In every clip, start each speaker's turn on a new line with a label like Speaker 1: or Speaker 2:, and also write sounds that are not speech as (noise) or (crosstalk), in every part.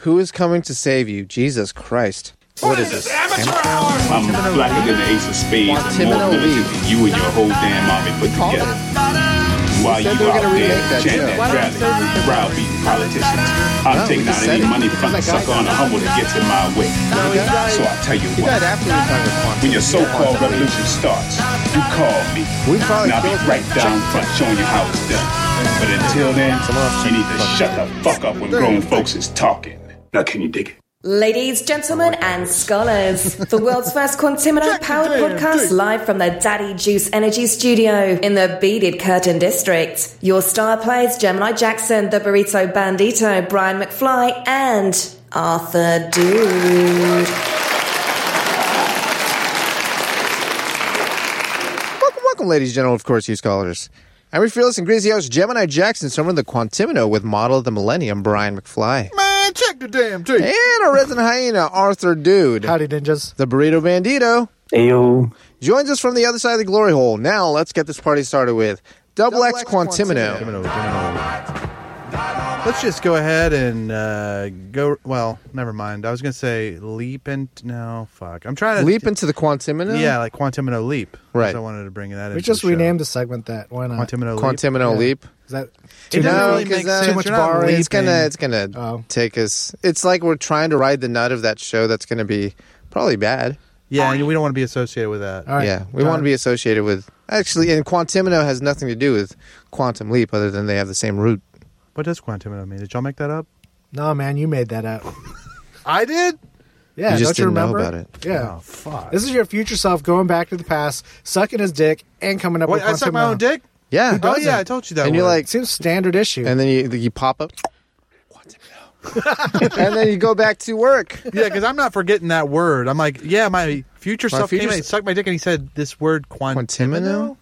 Speaker 1: Who is coming to save you? Jesus Christ. What is this?
Speaker 2: I'm blacker than the ace of spades and
Speaker 1: Martiminal
Speaker 2: more militant
Speaker 1: League.
Speaker 2: than you and your whole damn army put
Speaker 1: Called
Speaker 2: together. While you
Speaker 1: said they were
Speaker 2: out
Speaker 1: gonna
Speaker 2: there
Speaker 1: remake that show.
Speaker 2: chanting
Speaker 1: Why
Speaker 2: that rally, browbeating politicians, I'm
Speaker 1: No, we
Speaker 2: taking
Speaker 1: just
Speaker 2: out
Speaker 1: said
Speaker 2: any
Speaker 1: it.
Speaker 2: money
Speaker 1: It's
Speaker 2: from the
Speaker 1: like I
Speaker 2: sucker on the
Speaker 1: got-
Speaker 2: humble that gets in my way.
Speaker 1: died-
Speaker 2: So I tell you
Speaker 1: He
Speaker 2: what,
Speaker 1: died after we were talking about
Speaker 2: when your so-called revolution starts, you call me,
Speaker 1: We probably
Speaker 2: and I'll be
Speaker 1: killed
Speaker 2: right
Speaker 1: him.
Speaker 2: down front showing you how it's done. But until then,
Speaker 1: Someone else
Speaker 2: you need to
Speaker 1: fuck.
Speaker 2: shut the fuck up when grown folks is talking. Now can you dig it?
Speaker 3: Ladies, gentlemen, and scholars, the world's first Quantimino powered podcast live from the Daddy Juice Energy Studio in the Beaded Curtain District. Your star players Gemini Jackson, the Burrito Bandito, Brian McFly, and Arthur Dude.
Speaker 1: Welcome, welcome, ladies and gentlemen, of course, you scholars. I'm your fearless and greasy host, Gemini Jackson, summer of the Quantimino with model of the millennium, Brian McFly.
Speaker 4: Man, check the damn tape.
Speaker 1: And our resident hyena, Arthur Dude.
Speaker 4: Howdy, ninjas.
Speaker 1: The burrito bandito
Speaker 5: Ayo.
Speaker 1: joins us from the other side of the glory hole. Now, let's get this party started with Double X Quantimino.
Speaker 4: Let's just go ahead and uh, go. Well, never mind. I was gonna say leap and no, fuck. I'm trying to
Speaker 1: Leap into the Quantimino?
Speaker 4: Yeah, like Quantimino leap.
Speaker 1: Right.
Speaker 4: I wanted to bring that.
Speaker 6: We just renamed the segment that. Why not?
Speaker 4: Quantimino leap.
Speaker 1: Quantimino
Speaker 6: Yeah.
Speaker 1: Leap.
Speaker 6: Is that
Speaker 4: It doesn't
Speaker 1: No, uh,
Speaker 4: really
Speaker 1: 'cause
Speaker 4: make
Speaker 1: that-
Speaker 4: sense.
Speaker 6: too much
Speaker 4: You're not
Speaker 6: borrowing.
Speaker 1: It's gonna,
Speaker 4: leaping.
Speaker 1: it's gonna
Speaker 6: Oh.
Speaker 1: take us. It's like we're trying to ride the nut of that show. That's gonna be probably bad.
Speaker 4: Yeah, and we don't want to be associated with that.
Speaker 6: All right. Uh,
Speaker 1: Yeah, we want to be associated with actually, and Quantimino has nothing to do with Quantum Leap, other than they have the same root.
Speaker 4: What does Quantimino mean? Did y'all make that up?
Speaker 6: no, man, you made that up.
Speaker 4: I did.
Speaker 6: Yeah,
Speaker 1: You just
Speaker 6: don't you
Speaker 1: didn't know
Speaker 6: remember?
Speaker 1: about it.
Speaker 6: Yeah.
Speaker 4: Oh fuck.
Speaker 6: This is your future self going back to the past, sucking his dick, and coming up
Speaker 4: Wait,
Speaker 6: with
Speaker 4: I suck my
Speaker 6: Quantimino.
Speaker 4: own dick.
Speaker 1: Yeah.
Speaker 4: Oh yeah, I told you that.
Speaker 1: And you're
Speaker 4: word.
Speaker 1: like-
Speaker 6: It seems standard issue.
Speaker 1: And then you you pop up, (laughs) and then you go back to work.
Speaker 4: (laughs) yeah, because I'm not forgetting that word. I'm like, yeah, my future
Speaker 1: My
Speaker 4: self
Speaker 1: future
Speaker 4: came in,
Speaker 1: s-
Speaker 4: sucked my dick, and he said this word Quantimino.
Speaker 1: Quantimino.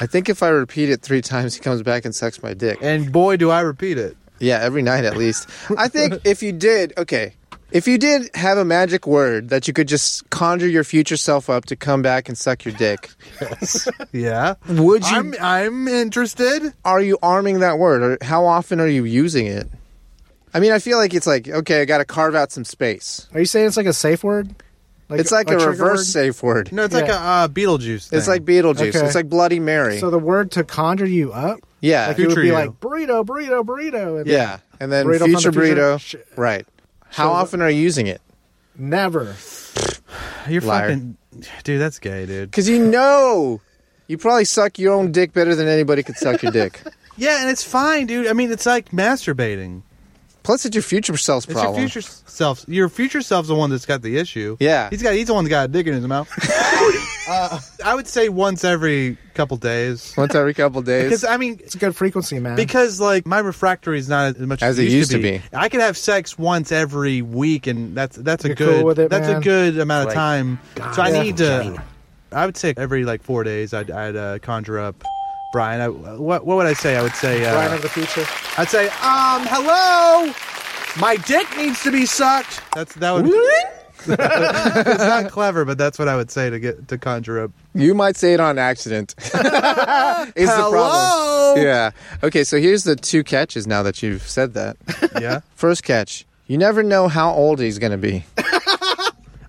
Speaker 1: I think if I repeat it three times, he comes back and sucks my dick.
Speaker 4: And boy, do I repeat it.
Speaker 1: Yeah, every night at least. I think if you did, okay, if you did have a magic word that you could just conjure your future self up to come back and suck your dick,
Speaker 4: Yeah.
Speaker 1: would you?
Speaker 4: I'm, I'm interested.
Speaker 1: are you arming that word or how often are you using it i mean i feel like it's like okay i gotta carve out some space
Speaker 6: Are you saying it's like a safe word?
Speaker 1: it's like a,
Speaker 6: trigger
Speaker 1: reverse
Speaker 6: word?
Speaker 1: safe word
Speaker 4: No, it's like a
Speaker 6: Yeah.
Speaker 4: uh,
Speaker 1: it's
Speaker 4: Beetlejuice. thing.
Speaker 1: like beetlejuice
Speaker 6: Okay.
Speaker 1: it's like bloody mary
Speaker 6: So the word to conjure you up,
Speaker 1: yeah
Speaker 6: like it would
Speaker 4: Future
Speaker 6: be
Speaker 4: you.
Speaker 6: like burrito, burrito, burrito. And
Speaker 1: yeah and then
Speaker 6: Burrito from
Speaker 1: future
Speaker 6: the future?
Speaker 1: burrito
Speaker 6: Sh-
Speaker 1: right how often are you using it
Speaker 6: Never.
Speaker 4: you're
Speaker 1: liar.
Speaker 4: fucking, dude. That's gay, dude.
Speaker 1: because you know you probably suck your own dick better than anybody could suck your
Speaker 6: (laughs)
Speaker 1: dick
Speaker 4: Yeah, and it's fine, dude. I mean, it's like masturbating.
Speaker 1: plus it's your future self's
Speaker 4: It's
Speaker 1: problem
Speaker 4: your future self. Your future self's the one that's got the issue.
Speaker 1: Yeah.
Speaker 4: he's got. He's the one that got a dick in his
Speaker 1: (laughs)
Speaker 4: mouth. Uh, I would say once every couple days.
Speaker 1: once every couple
Speaker 4: Because
Speaker 1: days
Speaker 4: I mean,
Speaker 6: It's a good frequency, man.
Speaker 4: Because like my refractory is not as much as, it used to be. I could have sex once every week, and that's that's a
Speaker 6: You're cool
Speaker 4: good
Speaker 6: with it,
Speaker 4: that's a
Speaker 6: man.
Speaker 4: good amount of
Speaker 5: Right.
Speaker 4: time. so I
Speaker 6: Yeah.
Speaker 4: need to. I would say every like four days, I'd, I'd uh, conjure up Brian. I, what what would I say? I would say uh,
Speaker 6: Brian of the future.
Speaker 4: I'd say um hello. My dick needs to be sucked. That's that would. (laughs) it's not clever, but that's what I would say to get to conjure up.
Speaker 1: you might say it on
Speaker 4: (laughs)
Speaker 1: accident is the problem
Speaker 4: Hello.
Speaker 1: Yeah. Okay, so here's the two catches now that you've said
Speaker 4: (laughs)
Speaker 1: that.
Speaker 4: yeah.
Speaker 1: First catch, you never know how old he's going to be.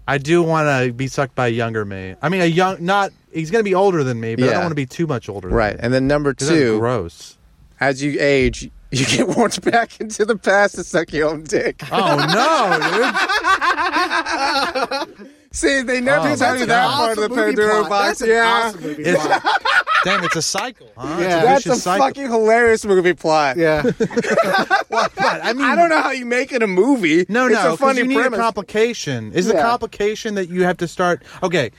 Speaker 4: I do want to be sucked by a younger me. I mean, a young, not he's going to be older than me, but I
Speaker 1: Yeah.
Speaker 4: don't want to be too much older.
Speaker 1: Right.
Speaker 4: than
Speaker 1: And then number
Speaker 4: me. 'Cause that's
Speaker 1: two,
Speaker 4: gross.
Speaker 1: as you age, you get (laughs) warped back into the past to suck your own dick.
Speaker 4: Oh no,
Speaker 1: See, they never
Speaker 4: Oh,
Speaker 1: tell
Speaker 4: that's
Speaker 1: you that
Speaker 4: an
Speaker 1: part of the Pandora box. yeah.
Speaker 4: dude!
Speaker 1: (laughs)
Speaker 4: It's, damn, it's a cycle. Huh?
Speaker 6: Yeah.
Speaker 4: it's a
Speaker 1: That's
Speaker 4: vicious
Speaker 1: a
Speaker 4: cycle.
Speaker 1: fucking hilarious movie plot.
Speaker 6: yeah.
Speaker 4: But, I mean,
Speaker 1: I don't know how you make it a movie.
Speaker 4: No,
Speaker 1: it's
Speaker 4: no,
Speaker 1: a
Speaker 4: 'cause
Speaker 1: funny
Speaker 4: you need
Speaker 1: premise.
Speaker 4: a complication. Is the
Speaker 1: Yeah.
Speaker 4: complication that you have to start? Okay,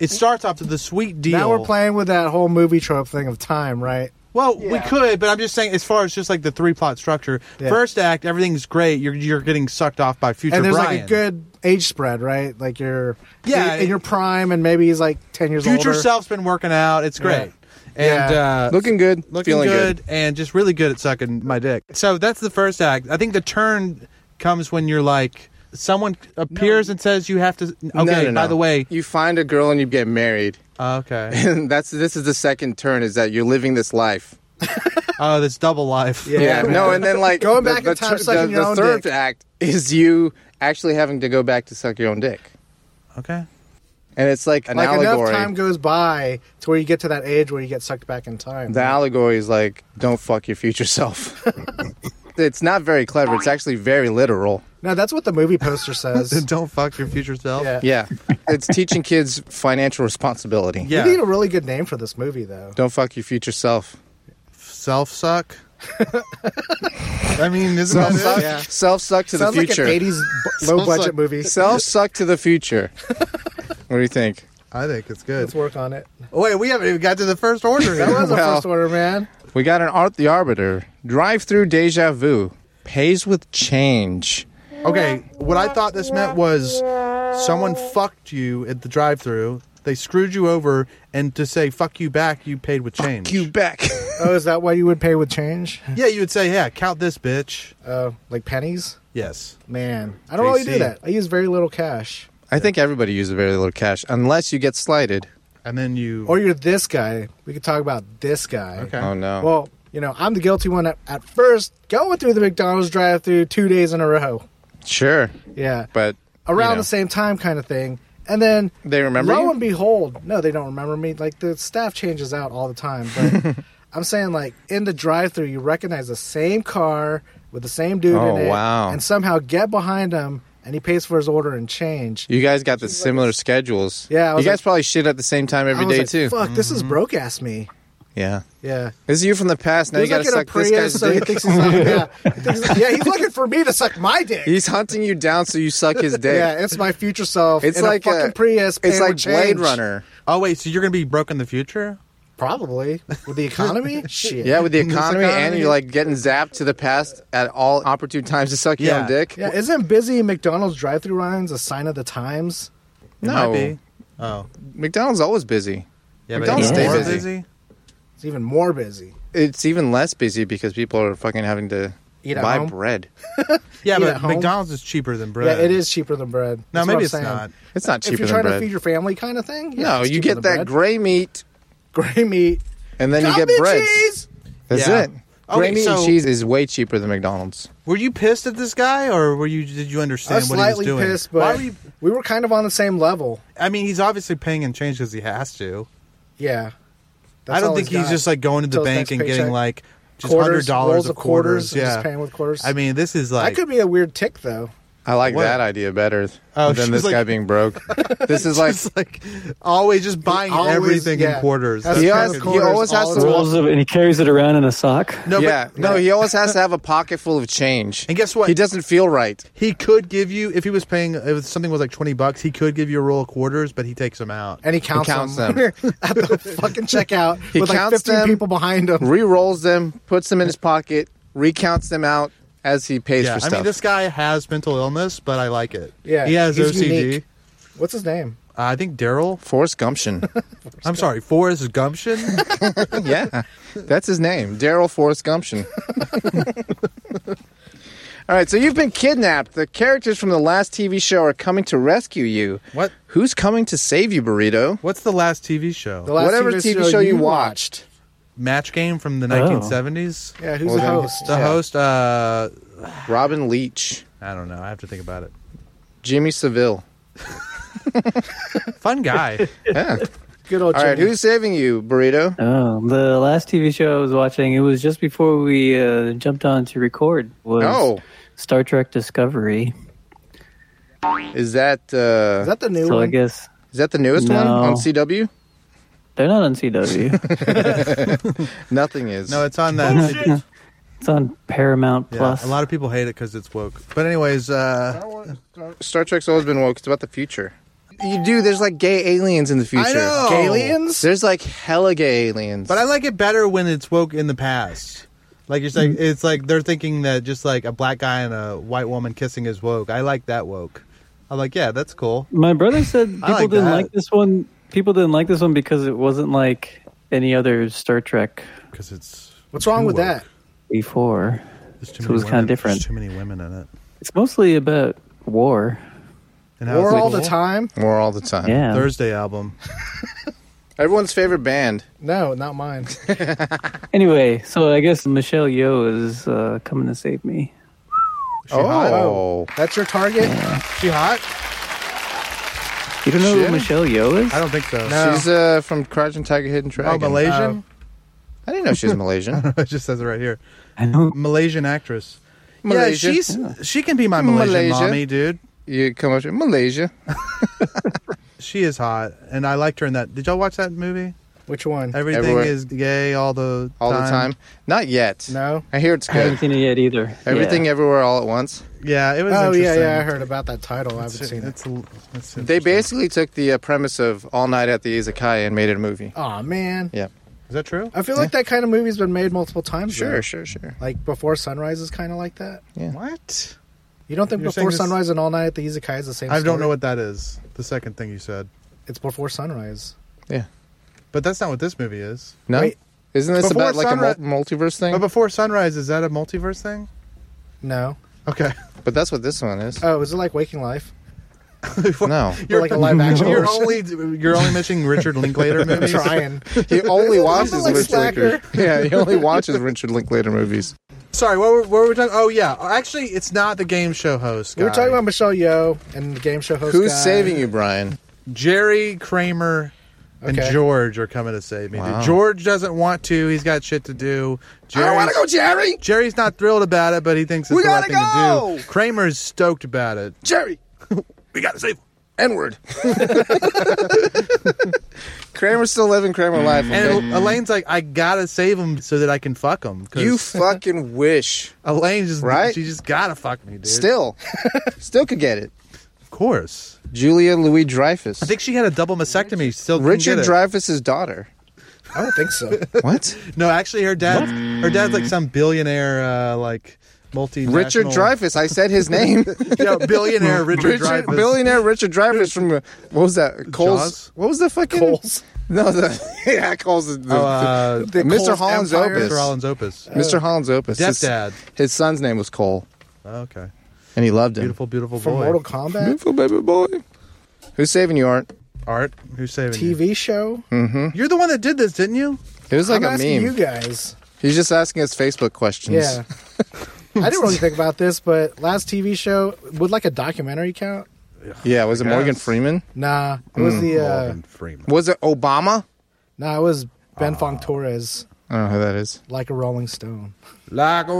Speaker 4: it starts off to the sweet deal.
Speaker 6: Now we're playing with that whole movie trope thing of time, right?
Speaker 4: Well, we could, but I'm just saying, as far as just like the three plot structure,
Speaker 6: Yeah.
Speaker 4: first act, everything's great. You're you're getting sucked off by future
Speaker 6: and there's
Speaker 4: Brian.
Speaker 6: like a good age spread, right? Like you're
Speaker 4: Yeah,
Speaker 6: in, in your prime, and maybe he's like ten years
Speaker 4: future
Speaker 6: older.
Speaker 4: self's been working out. It's great. And
Speaker 6: Yeah.
Speaker 4: uh,
Speaker 1: Looking good,
Speaker 4: looking
Speaker 1: feeling
Speaker 4: good, and just really good at sucking my dick. So that's the first act. I think the turn comes when you're like someone appears and says you have to. Okay,
Speaker 1: No, no,
Speaker 4: by
Speaker 1: no.
Speaker 4: the way,
Speaker 1: you find a girl and you get married. (clears throat)
Speaker 4: okay. (laughs)
Speaker 1: And that's this is the second turn is that you're living this life.
Speaker 4: Oh, this double life.
Speaker 1: Yeah, no, and then like
Speaker 6: Going back in time,
Speaker 1: tr-
Speaker 6: sucking your
Speaker 1: the
Speaker 6: own
Speaker 1: third
Speaker 6: dick.
Speaker 1: act is you actually having to go back to suck your own dick,
Speaker 4: (laughs) Okay.
Speaker 1: and it's like an
Speaker 6: like enough
Speaker 1: allegory.
Speaker 6: time goes by to where you get to that age where you get sucked back in time.
Speaker 1: the allegory is like, don't fuck your future
Speaker 6: (laughs)
Speaker 1: self. it's not very clever. It's actually very literal.
Speaker 6: no, that's what the movie poster says.
Speaker 4: Don't fuck your future self.
Speaker 6: yeah.
Speaker 1: Yeah, it's teaching kids financial responsibility.
Speaker 4: Yeah.
Speaker 6: We need a really good name for this movie, though.
Speaker 1: Don't fuck your future self.
Speaker 4: Self (laughs) suck. I mean, isn't
Speaker 1: Self
Speaker 4: that
Speaker 1: suck.
Speaker 4: it?
Speaker 6: Yeah.
Speaker 1: Self suck to
Speaker 6: Sounds
Speaker 1: the
Speaker 6: like an
Speaker 1: future.
Speaker 6: '80s low budget
Speaker 1: (laughs)
Speaker 4: like-
Speaker 6: movie. (laughs)
Speaker 1: Self suck to the future. what do you think?
Speaker 4: I think it's good.
Speaker 6: Let's work on it.
Speaker 4: Wait, we haven't even got to the first (laughs) order.
Speaker 6: That
Speaker 4: yet.
Speaker 6: was a
Speaker 1: Well-
Speaker 6: first order, man.
Speaker 1: We got an Art the Arbiter. Drive through deja vu. Pays with change.
Speaker 4: Okay, what I thought this meant was someone fucked you at the drive-through. They screwed you over, and to say "fuck you" back, you paid with change.
Speaker 1: You back.
Speaker 6: Oh, is that why you would pay with change?
Speaker 4: Yeah, you would say, "Yeah, count this, bitch."
Speaker 6: Uh, like pennies?
Speaker 4: Yes.
Speaker 6: Man, I don't really do
Speaker 4: JC.
Speaker 6: that. I use very little cash.
Speaker 1: (laughs) I think everybody uses very little cash unless you get slighted.
Speaker 4: And then you.
Speaker 6: Or you're this guy. We could talk about this guy.
Speaker 4: Okay.
Speaker 1: Oh no.
Speaker 6: Well, you know, I'm the guilty one at, at first going through the McDonald's drive through two days in a row.
Speaker 1: sure,
Speaker 6: Yeah.
Speaker 1: but
Speaker 6: around
Speaker 1: you know,
Speaker 6: the same time kind of thing. And then
Speaker 1: They remember
Speaker 6: Lo
Speaker 1: you?
Speaker 6: and behold, no, they don't remember me. Like the staff changes out all the time. But
Speaker 1: (laughs)
Speaker 6: I'm saying like in the drive-through, you recognize the same car with the same dude
Speaker 1: Oh,
Speaker 6: in it,
Speaker 1: wow.
Speaker 6: and somehow get behind him, and he pays for his order and change.
Speaker 1: You guys got the similar schedules.
Speaker 6: Yeah, I
Speaker 1: you
Speaker 6: was
Speaker 1: guys
Speaker 6: like-
Speaker 1: probably shit at the same time
Speaker 6: I
Speaker 1: every
Speaker 6: was
Speaker 1: day
Speaker 6: like,
Speaker 1: too. Mm-hmm.
Speaker 6: Fuck, this is broke ass me.
Speaker 1: Yeah.
Speaker 6: Yeah.
Speaker 1: This is you from the past. Now
Speaker 6: he's
Speaker 1: you
Speaker 6: looking
Speaker 1: gotta
Speaker 6: at
Speaker 1: suck this
Speaker 6: Prius,
Speaker 1: guy's
Speaker 6: so he
Speaker 1: dick.
Speaker 6: thinks he's like, yeah, he thinks- yeah, he's looking for me to suck my dick.
Speaker 1: (laughs) He's hunting you down, so you suck
Speaker 6: (laughs)
Speaker 1: his dick.
Speaker 6: yeah, it's my future self.
Speaker 1: It's
Speaker 6: in
Speaker 1: like
Speaker 6: a fucking Prius.
Speaker 1: It's
Speaker 6: paying
Speaker 1: like
Speaker 6: with
Speaker 1: Blade
Speaker 6: change.
Speaker 1: Runner.
Speaker 4: oh wait, so you're gonna be broke in the future?
Speaker 6: Probably with
Speaker 1: (laughs)
Speaker 6: the economy. Shit.
Speaker 1: Yeah,
Speaker 4: (laughs)
Speaker 1: with the economy, and
Speaker 4: economy.
Speaker 1: you're like getting zapped to the past at all opportune times to suck your
Speaker 4: Yeah.
Speaker 1: own dick.
Speaker 6: Yeah, isn't busy McDonald's drive-through lines a sign of the times?
Speaker 1: No,
Speaker 4: Might be. Oh.
Speaker 1: McDonald's always busy.
Speaker 4: Yeah,
Speaker 1: But don't
Speaker 4: it's
Speaker 1: stay
Speaker 4: more
Speaker 1: busy.
Speaker 6: It's even more busy.
Speaker 1: It's even less busy because people are fucking having to
Speaker 6: Eat at
Speaker 1: buy
Speaker 6: home?
Speaker 1: bread.
Speaker 4: Yeah,
Speaker 6: Eat at
Speaker 4: but
Speaker 6: home.
Speaker 4: McDonald's is cheaper than bread.
Speaker 6: Yeah, it is cheaper than bread.
Speaker 4: No,
Speaker 6: That's what
Speaker 4: maybe
Speaker 6: I'm
Speaker 4: it's
Speaker 6: saying.
Speaker 4: not.
Speaker 1: It's not
Speaker 6: If
Speaker 1: cheaper
Speaker 6: you're
Speaker 1: than
Speaker 6: trying
Speaker 1: bread.
Speaker 6: to feed your family, kind of thing. yeah,
Speaker 1: no,
Speaker 6: it's
Speaker 1: you
Speaker 6: cheaper
Speaker 1: get
Speaker 6: than
Speaker 1: that
Speaker 6: bread.
Speaker 1: gray meat,
Speaker 6: gray meat.
Speaker 1: and then you
Speaker 6: Come
Speaker 1: get
Speaker 6: and
Speaker 1: bread.
Speaker 6: cheese!
Speaker 1: That's
Speaker 4: Yeah.
Speaker 1: it.
Speaker 4: Okay,
Speaker 1: gray meat and
Speaker 4: so-
Speaker 1: cheese is way cheaper than McDonald's.
Speaker 4: Were you pissed at this guy, or were you? Did you
Speaker 6: I
Speaker 4: understand
Speaker 6: was
Speaker 4: what he was
Speaker 6: slightly
Speaker 4: doing?
Speaker 6: pissed,
Speaker 4: Why
Speaker 6: but
Speaker 4: were you,
Speaker 6: we were kind of on the same level.
Speaker 4: I mean, he's obviously paying in change because he has to.
Speaker 6: Yeah, That's
Speaker 4: I don't
Speaker 6: all
Speaker 4: think he's
Speaker 6: got.
Speaker 4: just like going to the
Speaker 6: Till his
Speaker 4: bank
Speaker 6: next
Speaker 4: and getting
Speaker 6: paycheck.
Speaker 4: like just hundred
Speaker 6: Quarters, rolls
Speaker 4: dollars
Speaker 6: of
Speaker 4: of
Speaker 6: quarters
Speaker 4: quarters.
Speaker 6: and
Speaker 4: yeah,
Speaker 6: just paying with quarters.
Speaker 4: I mean, this is like
Speaker 6: that could be a weird tick though.
Speaker 1: I like
Speaker 4: What?
Speaker 1: that idea better
Speaker 4: Oh,
Speaker 1: than
Speaker 4: she
Speaker 1: this
Speaker 4: was
Speaker 1: guy
Speaker 4: like-
Speaker 1: being
Speaker 4: (laughs)
Speaker 1: broke. this is like
Speaker 4: (laughs) it's
Speaker 6: (laughs)
Speaker 4: like always just buying
Speaker 6: always-
Speaker 4: everything
Speaker 6: yeah.
Speaker 4: in quarters.
Speaker 6: That's
Speaker 1: He
Speaker 6: kind
Speaker 1: always-
Speaker 6: of
Speaker 1: he
Speaker 6: quarters
Speaker 1: always has to
Speaker 6: all the time.
Speaker 1: roll
Speaker 5: rolls of, and he carries it around in a sock.
Speaker 4: no, but
Speaker 1: yeah. No, he always has to have a pocket full of change.
Speaker 4: And guess what?
Speaker 1: He doesn't feel right.
Speaker 4: he could give you if he was paying if something was like twenty bucks, he could give you a roll of quarters, but he takes them out.
Speaker 6: And he counts,
Speaker 1: counts (laughs)
Speaker 6: them, at the fucking checkout
Speaker 1: He
Speaker 6: with like
Speaker 1: counts
Speaker 6: 15
Speaker 1: them.
Speaker 6: people behind him.
Speaker 1: Re-rolls them, puts them in his pocket, recounts them out as he pays
Speaker 4: yeah,
Speaker 1: for
Speaker 4: I
Speaker 1: stuff.
Speaker 4: mean, this guy has mental illness, but I like it.
Speaker 6: Yeah,
Speaker 4: he has
Speaker 6: he's
Speaker 4: OCD.
Speaker 6: unique. What's his name?
Speaker 4: Uh, I think Daryl.
Speaker 1: Forrest Gumption. (laughs)
Speaker 4: I'm sorry, Forrest Gumption. (laughs)
Speaker 1: yeah, that's his name, Daryl Forrest Gumption. (laughs) All right, so you've been kidnapped. The characters from the last TV show are coming to rescue you.
Speaker 4: What?
Speaker 1: Who's coming to save you, Burrito?
Speaker 4: What's the last TV show?
Speaker 6: The last
Speaker 1: Whatever TV show you watched.
Speaker 4: Match Game from the
Speaker 5: Oh.
Speaker 4: 1970s.
Speaker 6: Yeah, who's
Speaker 1: Well,
Speaker 6: the
Speaker 1: then-
Speaker 6: host?
Speaker 4: The
Speaker 1: Yeah.
Speaker 4: host, uh,
Speaker 1: Robin Leach,
Speaker 4: I don't know. I have to think about it.
Speaker 1: Jimmy Seville.
Speaker 4: Fun guy.
Speaker 1: Yeah.
Speaker 6: Good old
Speaker 1: All right, who's saving you, Burrito?
Speaker 5: Oh, the last TV show I was watching, it was just before we uh, jumped on to record, was
Speaker 1: Oh,
Speaker 5: Star Trek Discovery.
Speaker 1: is that uh,
Speaker 6: Is that the new
Speaker 5: So I
Speaker 6: one?
Speaker 5: guess
Speaker 1: is that the newest
Speaker 5: No.
Speaker 1: one on CW?
Speaker 5: they're not on CW.
Speaker 1: Nothing is.
Speaker 4: (laughs) No, it's on that.
Speaker 5: it's on Paramount
Speaker 4: Yeah,
Speaker 5: Plus.
Speaker 4: a lot of people hate it because it's woke. But anyways, uh,
Speaker 1: Star Trek's always been woke. It's about the future. You do. There's like gay aliens in the future.
Speaker 4: know.
Speaker 1: Gay
Speaker 6: Aliens?
Speaker 1: There's like hella gay aliens.
Speaker 4: but I like it better when it's woke in the past. Like you're saying, it's like they're thinking that just like a black guy and a white woman kissing is woke. I like that woke. I'm like, yeah, that's cool.
Speaker 5: My brother said people
Speaker 4: like
Speaker 5: didn't
Speaker 4: that.
Speaker 5: like this one. People didn't like this one because it wasn't like any other Star Trek
Speaker 4: Because it's
Speaker 6: What's wrong
Speaker 4: too
Speaker 6: with
Speaker 4: woke.
Speaker 6: that?
Speaker 5: before.
Speaker 4: There's too
Speaker 5: So
Speaker 4: many
Speaker 5: it was kinda
Speaker 4: women-
Speaker 5: different.
Speaker 4: There's too many women in it.
Speaker 5: It's mostly about war.
Speaker 4: And how
Speaker 6: War
Speaker 4: it's
Speaker 6: all the
Speaker 4: cool.
Speaker 6: time.
Speaker 4: Uh,
Speaker 1: more all the time.
Speaker 5: Yeah.
Speaker 4: Thursday album.
Speaker 1: Everyone's favorite band.
Speaker 6: No, not
Speaker 1: (laughs)
Speaker 6: mine.
Speaker 5: Anyway, so I guess Michelle Yeoh is uh, coming to save me.
Speaker 1: oh.
Speaker 6: That's your target?
Speaker 4: She hot?
Speaker 5: You don't know
Speaker 1: Shit.
Speaker 5: who Michelle Yeoh is?
Speaker 4: I don't think so.
Speaker 6: No.
Speaker 1: She's uh, from Crouching Tiger, Hidden
Speaker 4: Oh,
Speaker 1: Dragon.
Speaker 4: Malaysian?
Speaker 1: I didn't know she was (laughs) Malaysian.
Speaker 4: (laughs) it just says it right here.
Speaker 5: I know.
Speaker 4: Malaysian actress.
Speaker 1: Malaysia.
Speaker 4: Yeah, she's she can be my Malaysian
Speaker 1: Malaysia.
Speaker 4: mommy, dude.
Speaker 1: you come up to Malaysia.
Speaker 4: She is hot, and I liked her in that. Did y'all watch that movie?
Speaker 6: Which one?
Speaker 4: Everything
Speaker 1: Everywhere.
Speaker 4: is gay all the
Speaker 1: all the time. Not yet.
Speaker 6: No.
Speaker 1: I hear it's
Speaker 5: I haven't
Speaker 1: good.
Speaker 5: seen it yet either.
Speaker 1: Everything e-
Speaker 5: Yeah.
Speaker 1: everywhere all at once.
Speaker 4: Yeah, it was.
Speaker 6: Oh yeah,
Speaker 4: interesting.
Speaker 6: yeah. I heard about that title. I haven't seen it.
Speaker 4: It's, it's,
Speaker 1: They basically took the uh, premise of All Night at the Izakaya and made it a movie.
Speaker 6: Aw man.
Speaker 1: Yeah.
Speaker 4: Is that true?
Speaker 6: I feel like that kind of movie's been made multiple times.
Speaker 1: Sure,
Speaker 6: though.
Speaker 1: sure, sure.
Speaker 6: Like Before Sunrise is kind of like that.
Speaker 4: What?
Speaker 6: You don't think
Speaker 4: You're saying
Speaker 6: Before
Speaker 4: this-
Speaker 6: Sunrise and All Night at the Izakai is the same?
Speaker 4: I don't
Speaker 6: story?
Speaker 4: know what that is. The second thing you said,
Speaker 6: It's Before Sunrise.
Speaker 1: Yeah.
Speaker 4: but that's not what this movie is.
Speaker 1: No?
Speaker 6: Wait.
Speaker 1: Isn't this
Speaker 4: Before
Speaker 1: about like
Speaker 4: Sunrise-
Speaker 1: a mul- multiverse thing?
Speaker 4: But
Speaker 1: But,
Speaker 4: before sunrise, is that a multiverse thing?
Speaker 6: No.
Speaker 4: Okay. (laughs)
Speaker 1: that's what this one is.
Speaker 6: Oh, is it like Waking Life?
Speaker 1: no.
Speaker 6: Or like
Speaker 4: (laughs)
Speaker 6: a live action (laughs)
Speaker 4: You're
Speaker 6: version?
Speaker 4: only you're only mentioning Richard
Speaker 6: (laughs)
Speaker 4: Linklater movies. (laughs)
Speaker 6: Trying.
Speaker 1: He only watches
Speaker 6: like
Speaker 1: Richard Linklater. (laughs) Yeah, he only watches Richard Linklater
Speaker 4: (laughs)
Speaker 1: movies.
Speaker 4: Sorry, what were, what were we talking? Oh yeah, actually, it's not the game show host.
Speaker 6: We were
Speaker 4: guy.
Speaker 6: talking about Michelle Yeoh and the game show host.
Speaker 1: Who's
Speaker 6: guy.
Speaker 1: saving you, Brian?
Speaker 4: Jerry Kramer and
Speaker 6: Okay.
Speaker 4: George are coming to save me. dude.
Speaker 1: Wow.
Speaker 4: George doesn't want to. He's got shit to do. Jerry,
Speaker 1: wanna Jerry!
Speaker 4: Jerry's not thrilled about it, but he thinks it's
Speaker 1: We
Speaker 4: the right
Speaker 1: gotta
Speaker 4: thing to do.
Speaker 1: go!
Speaker 4: Kramer's stoked about it.
Speaker 1: Jerry! (laughs)
Speaker 4: We gotta save him.
Speaker 1: N
Speaker 4: (laughs)
Speaker 1: word. (laughs) Kramer's still living Kramer life.
Speaker 4: Mm-hmm. And
Speaker 1: okay?
Speaker 4: Elaine's like, I gotta save him so that I can fuck him. 'cause
Speaker 1: you fucking wish.
Speaker 4: Elaine just
Speaker 1: Right?
Speaker 4: she just gotta fuck me, (laughs) dude.
Speaker 1: Still. (laughs) Still could get it.
Speaker 4: of course.
Speaker 1: Julia Louis Dreyfus.
Speaker 4: I think she had a double mastectomy. Still, couldn't
Speaker 1: Richard
Speaker 4: get it.
Speaker 1: Dreyfus's daughter.
Speaker 6: I don't
Speaker 4: (laughs)
Speaker 6: think so.
Speaker 1: What?
Speaker 4: No, actually, her dad. Her dad's like some billionaire, uh, like
Speaker 1: (laughs)
Speaker 4: multi.
Speaker 1: Richard Dreyfus. I said his
Speaker 4: (laughs)
Speaker 1: name.
Speaker 4: Yeah,
Speaker 1: (laughs)
Speaker 4: billionaire Richard,
Speaker 1: Richard,
Speaker 4: Dreyfus.
Speaker 1: billionaire Richard Dreyfus from uh, what was that? Cole's.
Speaker 4: Jaws?
Speaker 1: What was the fucking?
Speaker 6: Coles.
Speaker 1: (laughs) No, the yeah, Cole's. The,
Speaker 4: Oh, uh,
Speaker 1: the- Mr.
Speaker 6: Coles
Speaker 1: Holland's
Speaker 6: Empire.
Speaker 1: Opus.
Speaker 4: Mr. Holland's Opus.
Speaker 1: Mr. Holland's Opus. His,
Speaker 4: Stepdad.
Speaker 1: his son's name was Cole,
Speaker 4: Oh, okay.
Speaker 1: and he loved him.
Speaker 4: Beautiful, beautiful
Speaker 6: From
Speaker 4: boy.
Speaker 6: Mortal Kombat
Speaker 1: Beautiful baby boy. Who's saving you, Art?
Speaker 4: Art, who's saving you?
Speaker 6: TV show.
Speaker 4: You're the one that did this, didn't you?
Speaker 1: It was Hmm. like
Speaker 6: I'm
Speaker 1: a
Speaker 6: asking
Speaker 1: meme.
Speaker 6: you guys.
Speaker 1: He's just asking us Facebook
Speaker 4: Hmm.
Speaker 1: questions.
Speaker 4: (laughs)
Speaker 6: Yeah. I didn't really think about this, but last TV show would like a documentary count?
Speaker 1: Yeah, Was it
Speaker 4: Yes.
Speaker 1: Morgan Freeman?
Speaker 6: Nah, it
Speaker 4: Hmm.
Speaker 6: was the uh,
Speaker 4: Morgan Freeman.
Speaker 1: Was it Obama?
Speaker 6: nah, it was
Speaker 4: Ah.
Speaker 6: Ben Fong Torres,
Speaker 1: I don't know who that is.
Speaker 6: like a Rolling Stone.
Speaker 4: Like a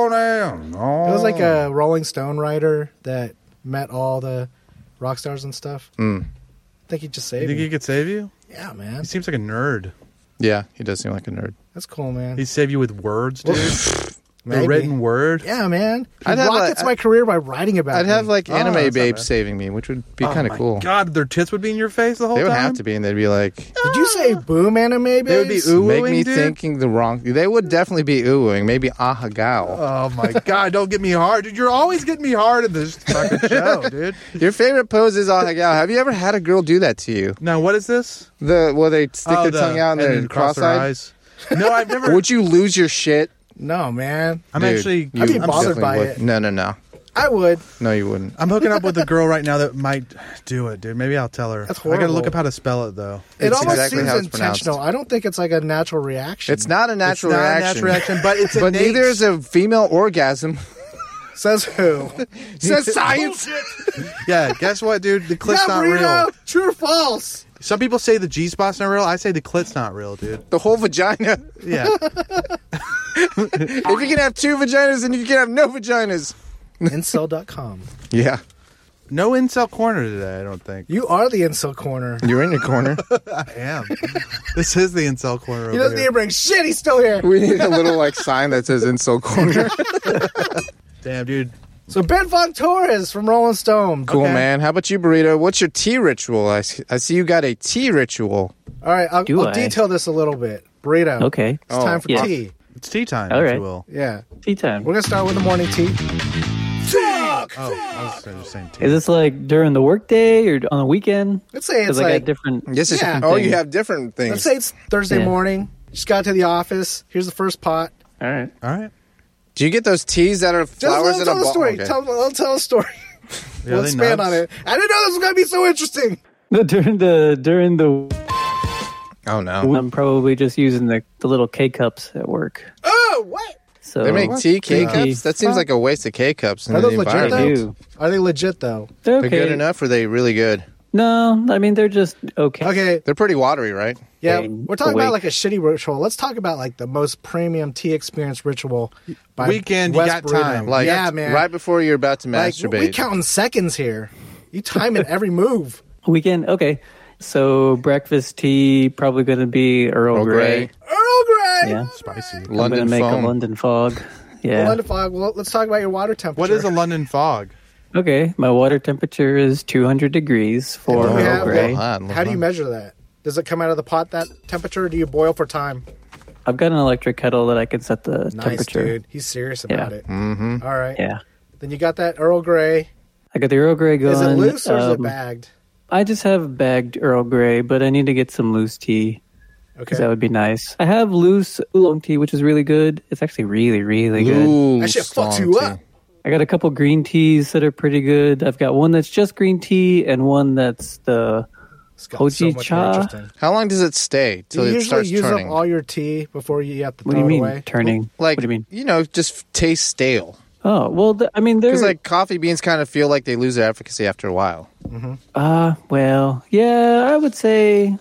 Speaker 4: rolling.
Speaker 6: It was
Speaker 1: Oh.
Speaker 6: like
Speaker 4: Oh.
Speaker 6: a Rolling Stone writer that met all the rock stars and stuff. Mm. I think he just
Speaker 4: You
Speaker 6: saved
Speaker 4: think
Speaker 6: me.
Speaker 4: he could save you?
Speaker 6: Yeah, man,
Speaker 4: He seems like a nerd.
Speaker 1: Yeah, he does seem like a nerd.
Speaker 6: that's cool, man.
Speaker 4: He save you with words, dude. the
Speaker 6: Maybe.
Speaker 4: written word.
Speaker 6: yeah, man. He
Speaker 1: I'd have, like,
Speaker 6: rockets my career by writing about.
Speaker 1: I'd
Speaker 6: me.
Speaker 1: have like
Speaker 4: Oh, that's
Speaker 1: anime
Speaker 4: not
Speaker 1: babe
Speaker 4: bad.
Speaker 1: saving me, which would be
Speaker 4: Oh
Speaker 1: kind of
Speaker 4: my
Speaker 1: cool.
Speaker 4: God, their tits would be in your face the whole
Speaker 1: They
Speaker 4: time.
Speaker 1: would have to be, and they'd be like,
Speaker 6: Did you say boom anime? Babies?
Speaker 4: They would be ooh
Speaker 1: make me
Speaker 4: dude.
Speaker 1: thinking the wrong. They would definitely be oohing. Maybe ahagao.
Speaker 4: Oh
Speaker 1: (laughs)
Speaker 4: my god! Don't get me hard, dude. You're always getting me hard in this
Speaker 1: (laughs)
Speaker 4: fucking show, dude.
Speaker 1: Your favorite pose is ahagao. Have you ever had a girl do that to you?
Speaker 4: Now, what is this?
Speaker 1: The where they stick
Speaker 4: Oh,
Speaker 1: their
Speaker 4: the-
Speaker 1: tongue out and,
Speaker 4: then
Speaker 1: they're
Speaker 4: cross their
Speaker 1: cross-eyed.
Speaker 4: eyes. No, I've
Speaker 1: (laughs)
Speaker 4: never.
Speaker 1: Would you lose your shit?
Speaker 6: No, man.
Speaker 4: I'm
Speaker 1: Dude,
Speaker 4: actually.
Speaker 1: you
Speaker 6: I'd be bothered
Speaker 1: definitely
Speaker 6: by
Speaker 1: would.
Speaker 6: it.
Speaker 1: No, no, no,
Speaker 6: I would.
Speaker 1: no. You wouldn't.
Speaker 4: I'm hooking up with a girl right now that might do it, dude. Maybe I'll tell her.
Speaker 6: That's
Speaker 4: I gotta look
Speaker 6: horrible.
Speaker 4: up how to spell it though.
Speaker 6: It
Speaker 1: It's
Speaker 6: almost
Speaker 1: exactly how
Speaker 6: seems
Speaker 1: it's pronounced.
Speaker 6: intentional. I don't think it's like a natural reaction.
Speaker 1: It's not a natural
Speaker 4: it's not
Speaker 1: reaction.
Speaker 4: a natural reaction, but it's
Speaker 1: But
Speaker 4: innate.
Speaker 1: neither is a female
Speaker 4: (laughs)
Speaker 1: orgasm. (laughs)
Speaker 6: Says who?
Speaker 1: Says science.
Speaker 4: Yeah, guess what, dude? The clit's not
Speaker 6: Reno,
Speaker 4: real.
Speaker 6: True or false?
Speaker 4: Some people say the G spot's not real. I say the clit's not real, dude.
Speaker 1: The whole vagina.
Speaker 4: Yeah,
Speaker 1: If you can have two vaginas, then you can have no vaginas.
Speaker 6: Incel.com.
Speaker 1: Yeah,
Speaker 4: no incel corner today. I don't think.
Speaker 6: You are the incel
Speaker 1: (laughs)
Speaker 6: corner.
Speaker 1: you're in your corner.
Speaker 4: I am. (laughs) this is the incel corner.
Speaker 6: He
Speaker 4: over
Speaker 6: doesn't
Speaker 4: here.
Speaker 6: need to bring shit. He's still here.
Speaker 1: we need a little like sign that says "insult corner."
Speaker 4: Damn, dude.
Speaker 6: So Ben Von Torres from Rolling Stone.
Speaker 1: Cool,
Speaker 4: Okay.
Speaker 1: man. How about you, Burrito? What's your tea ritual? I see, I see you got a tea ritual.
Speaker 6: All right, I'll,
Speaker 5: Do
Speaker 6: I'll
Speaker 5: I?
Speaker 6: detail this a little bit. Burrito.
Speaker 5: Okay.
Speaker 1: Oh.
Speaker 6: It's time for
Speaker 5: yeah.
Speaker 6: tea.
Speaker 4: It's tea time,
Speaker 5: All
Speaker 4: if
Speaker 5: right.
Speaker 4: you will.
Speaker 6: Yeah.
Speaker 5: Tea time.
Speaker 6: We're going to start with the morning tea.
Speaker 4: Oh, I was just saying tea.
Speaker 5: Is this like during the workday or on the weekend?
Speaker 6: Let's say it's
Speaker 5: Because I
Speaker 6: like,
Speaker 5: got different.
Speaker 1: Yes, it's-
Speaker 6: Yeah.
Speaker 1: Oh, you have different things.
Speaker 6: let's say it's Thursday
Speaker 5: Yeah.
Speaker 6: morning. Just got to the office. Here's the first pot.
Speaker 5: All right. (laughs)
Speaker 4: All right.
Speaker 1: Do you get those teas that are
Speaker 6: Just
Speaker 1: flowers
Speaker 6: let him
Speaker 1: in a
Speaker 6: tell the
Speaker 1: bottle?
Speaker 6: story.
Speaker 1: Okay.
Speaker 6: Tell, I'll tell a story.
Speaker 4: Yeah,
Speaker 6: we'll
Speaker 4: they
Speaker 6: expand
Speaker 4: nuts.
Speaker 6: on it. I didn't know this was going to be so interesting.
Speaker 5: No, during the during the
Speaker 1: Oh no.
Speaker 5: I'm probably just using the, the little K cups at work.
Speaker 6: Oh, what?
Speaker 5: So
Speaker 1: They make tea K
Speaker 5: Kinky.
Speaker 1: cups. That seems like a waste of K cups in
Speaker 6: Are
Speaker 1: the
Speaker 6: those legit
Speaker 5: They
Speaker 1: environment.
Speaker 6: though?
Speaker 5: do.
Speaker 6: Are they legit though?
Speaker 5: They're okay.
Speaker 1: They're good enough, or they really good?
Speaker 5: No, I mean they're just okay.
Speaker 6: Okay,
Speaker 1: They're pretty watery, right?
Speaker 6: yeah,
Speaker 5: Staying
Speaker 6: we're talking
Speaker 5: awake.
Speaker 6: about like a shitty ritual. Let's talk about like the most premium tea experience ritual. By
Speaker 4: Weekend, you
Speaker 6: West
Speaker 4: got
Speaker 6: Burrito.
Speaker 4: time.
Speaker 1: Like
Speaker 6: yeah, man.
Speaker 1: right before you're about to
Speaker 6: like,
Speaker 1: masturbate.
Speaker 6: we counting seconds here. You time it every move. (laughs)
Speaker 5: Weekend. Okay. So breakfast tea probably going to be Earl,
Speaker 1: Earl Grey.
Speaker 5: Grey.
Speaker 6: Earl Grey.
Speaker 5: Yeah.
Speaker 4: Spicy.
Speaker 5: I'm going
Speaker 1: London
Speaker 5: to make
Speaker 1: foam.
Speaker 5: a
Speaker 1: (laughs)
Speaker 5: London fog. Yeah.
Speaker 6: Well, Fog, well, let's talk about your water temperature.
Speaker 4: What is a London fog?
Speaker 5: Okay. My water temperature is 200 degrees for
Speaker 1: Oh,
Speaker 5: Earl
Speaker 6: Yeah,
Speaker 5: Grey.
Speaker 1: well,
Speaker 6: well,
Speaker 1: Lord,
Speaker 6: how do you
Speaker 1: Lord.
Speaker 6: measure that? Does it come out of the pot that temperature? Or do you boil for time?
Speaker 5: I've got an electric kettle that I can set the
Speaker 6: Nice,
Speaker 5: temperature.
Speaker 6: dude. He's serious about
Speaker 5: Yeah. Mm-hmm.
Speaker 6: it. All right.
Speaker 5: Yeah.
Speaker 6: Then you got that Earl Grey.
Speaker 5: I got the Earl Grey going.
Speaker 6: Is it loose or is it
Speaker 5: Um,
Speaker 6: bagged?
Speaker 5: I just have bagged Earl Grey, but I need to get some loose tea
Speaker 6: Okay.
Speaker 5: because that would be nice. I have loose oolong tea, which is really good. It's actually really, really good.
Speaker 1: Ooh,
Speaker 6: That shit fucks
Speaker 1: strong
Speaker 6: you
Speaker 1: tea.
Speaker 6: up.
Speaker 5: I got a couple green teas that are pretty good. I've got one that's just green tea and one that's the
Speaker 6: It's gotten so
Speaker 5: Hojicha?
Speaker 6: much more interesting.
Speaker 1: How long does it stay
Speaker 6: Do
Speaker 1: till
Speaker 6: you
Speaker 1: it
Speaker 6: usually
Speaker 1: starts
Speaker 6: use
Speaker 1: turning?
Speaker 6: up all your tea before you have to throw
Speaker 5: what do you
Speaker 6: it
Speaker 5: mean
Speaker 6: away?
Speaker 5: turning?
Speaker 1: like
Speaker 5: what do you mean?
Speaker 1: know, just f- taste stale.
Speaker 5: Oh well, th- I mean
Speaker 1: Because
Speaker 5: there's
Speaker 1: like coffee beans kind of feel like they lose their efficacy after a while.
Speaker 5: ah well yeah I would say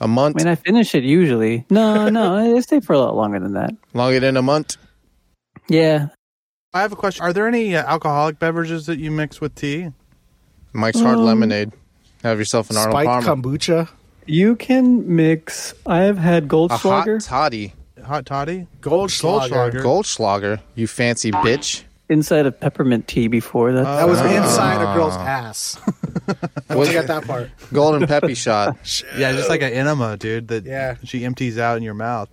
Speaker 1: A month,
Speaker 5: I mean I finish it usually no no (laughs) I stay for a lot longer than that
Speaker 1: longer than a month.
Speaker 5: yeah
Speaker 4: I have a question. Are there any uh, alcoholic beverages that you mix with tea?
Speaker 1: Mike's
Speaker 6: Um,
Speaker 1: hard lemonade. Have yourself an Arnold
Speaker 6: Spiked
Speaker 1: Palmer.
Speaker 6: kombucha,
Speaker 5: you can mix I have had
Speaker 1: a hot
Speaker 5: Goldschlager
Speaker 1: toddy.
Speaker 4: Hot toddy?
Speaker 6: Goldschlager.
Speaker 4: Goldschlager.
Speaker 1: Goldschlager, you fancy bitch.
Speaker 5: inside of peppermint tea before that
Speaker 6: That was inside a girl's ass. I don't think I got that part.
Speaker 1: (laughs) Golden peppy shot.
Speaker 4: Yeah, just like an enema, dude, that
Speaker 6: Yeah.
Speaker 4: she empties out in your mouth.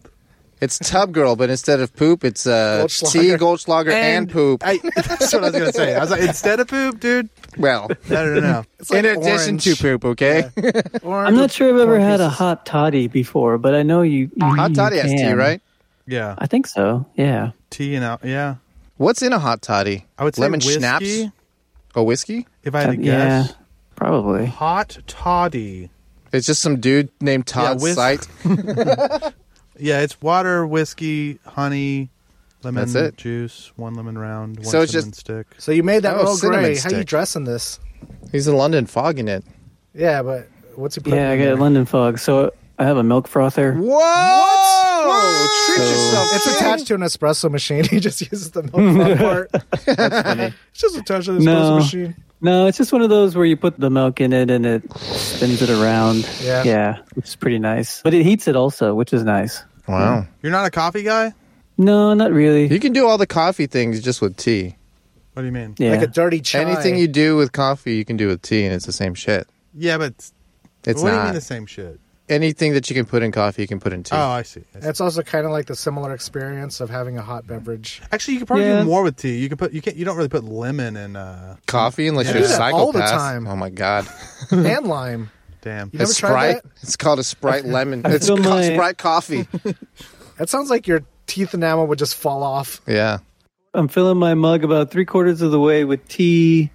Speaker 1: It's tub girl, but instead of poop, it's uh,
Speaker 6: Goldschlager.
Speaker 1: tea, Goldschlager, and, poop.
Speaker 4: I, (laughs) that's what I was going to say. I was like, instead of poop, dude?
Speaker 1: well,
Speaker 4: No,
Speaker 1: (laughs)
Speaker 4: no, no.
Speaker 6: (laughs) It's like
Speaker 1: in addition
Speaker 6: orange.
Speaker 1: to poop, okay?
Speaker 6: Orange
Speaker 5: I'm not
Speaker 6: with
Speaker 5: sure I've ever
Speaker 6: corn
Speaker 5: had a
Speaker 6: pieces.
Speaker 5: hot toddy before but I know you,
Speaker 1: (laughs) hot
Speaker 5: you
Speaker 1: toddy has tea,
Speaker 5: can.
Speaker 1: right?
Speaker 4: Yeah.
Speaker 5: I think so yeah
Speaker 4: Tea and out. Yeah.
Speaker 1: What's in a hot toddy?
Speaker 4: I would say
Speaker 1: lemon
Speaker 4: whiskey,
Speaker 1: schnapps. A whiskey?
Speaker 4: If I had to
Speaker 5: Uh, yeah
Speaker 4: guess.
Speaker 5: probably
Speaker 4: Hot toddy.
Speaker 1: It's just some dude named Todd
Speaker 4: whisk.
Speaker 1: Sight.
Speaker 4: Yeah, it's water, whiskey, honey, lemon
Speaker 1: That's it.
Speaker 4: juice, one lemon round, one
Speaker 1: So it's
Speaker 4: cinnamon
Speaker 1: just-
Speaker 4: stick.
Speaker 6: So you made that
Speaker 1: Oh,
Speaker 6: Earl
Speaker 1: cinnamon
Speaker 6: Grey. How you
Speaker 1: stick.
Speaker 6: dressing this?
Speaker 1: He's in London fogging it.
Speaker 6: Yeah, but what's he putting?
Speaker 5: yeah I
Speaker 6: in
Speaker 5: got
Speaker 6: there?
Speaker 5: London fog so I have a milk frother
Speaker 1: Whoa! Treat yourself.
Speaker 6: It's attached to an espresso machine. (laughs) He just uses the
Speaker 5: (laughs)
Speaker 6: milk part. (laughs) it's just attached to the espresso
Speaker 5: No.
Speaker 6: machine.
Speaker 5: No, it's just one of those where you put the milk in it and it spins it around.
Speaker 6: Yeah.
Speaker 5: Yeah, which is pretty nice. But it heats it also, which is nice.
Speaker 1: Wow.
Speaker 4: You're not a coffee guy?
Speaker 5: No, not really.
Speaker 1: Mm-hmm. You can do all the coffee things just with tea.
Speaker 4: What do you mean?
Speaker 5: Yeah.
Speaker 6: Like a dirty chai.
Speaker 1: Anything you do with coffee, you can do with tea, and it's the same shit.
Speaker 4: Yeah, but it's-
Speaker 1: It's
Speaker 4: what do you
Speaker 1: not.
Speaker 4: mean the same shit?
Speaker 1: Anything that you can put in coffee, you can put in tea.
Speaker 4: Oh, I see. I see.
Speaker 6: It's also kind of like the similar experience of having a hot
Speaker 5: (laughs)
Speaker 6: beverage.
Speaker 4: Actually, you could probably
Speaker 5: Yeah.
Speaker 4: do more with tea. You can put you can't you don't really put lemon in uh
Speaker 1: coffee, unless
Speaker 4: Yeah.
Speaker 1: you're a
Speaker 4: I do
Speaker 6: that
Speaker 1: psychopath.
Speaker 6: all the time.
Speaker 1: Oh my god.
Speaker 6: and lime.
Speaker 4: damn.
Speaker 6: You never
Speaker 1: It's
Speaker 6: tried
Speaker 1: Sprite.
Speaker 6: that?
Speaker 1: It's called a Sprite lemon. It's
Speaker 5: feel
Speaker 1: called
Speaker 5: my-
Speaker 1: Sprite coffee.
Speaker 6: That sounds like your teeth enamel would just fall off.
Speaker 1: yeah.
Speaker 5: I'm filling my mug about three quarters of the way with tea.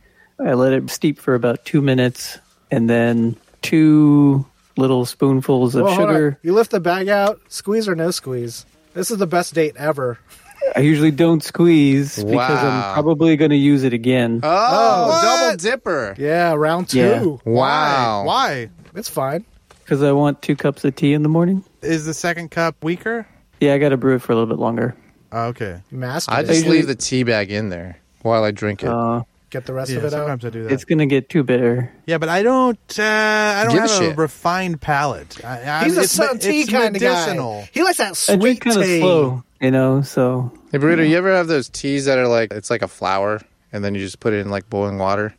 Speaker 5: I let it steep for about two minutes and then two little spoonfuls of
Speaker 6: Well, hold on.
Speaker 5: sugar.
Speaker 6: You lift the bag out, squeeze or no squeeze. This is the best date ever.
Speaker 5: I usually don't squeeze because
Speaker 1: Wow.
Speaker 5: I'm probably going to use it again.
Speaker 1: Oh, double
Speaker 4: what?
Speaker 1: dipper.
Speaker 6: Yeah, round two.
Speaker 5: Yeah.
Speaker 1: Wow.
Speaker 4: Why?
Speaker 6: It's fine.
Speaker 5: Because I want two cups of tea in the morning.
Speaker 4: Why is the second cup weaker?
Speaker 5: Yeah, I got to brew it for a little bit longer.
Speaker 4: Oh, okay.
Speaker 6: You master
Speaker 1: I
Speaker 6: it.
Speaker 1: just leave the tea bag in there while I drink it.
Speaker 5: Uh,
Speaker 6: Get the rest of
Speaker 4: Yeah,
Speaker 6: it out.
Speaker 4: sometimes I do that.
Speaker 5: it's going to get too bitter.
Speaker 4: yeah, but I don't. Uh, I don't
Speaker 1: Give a
Speaker 4: have a,
Speaker 1: shit.
Speaker 4: refined palate. I, I,
Speaker 6: He's a
Speaker 4: it's me-
Speaker 6: sun tea
Speaker 4: it's
Speaker 6: kind of
Speaker 4: medicinal.
Speaker 6: guy. He likes that
Speaker 5: I
Speaker 6: sweet
Speaker 5: drink kind of
Speaker 6: tea.
Speaker 5: slow, you know, so
Speaker 1: Hey, Burrito, you ever have those teas that are like it's like a flower, and then you just put it in like boiling water,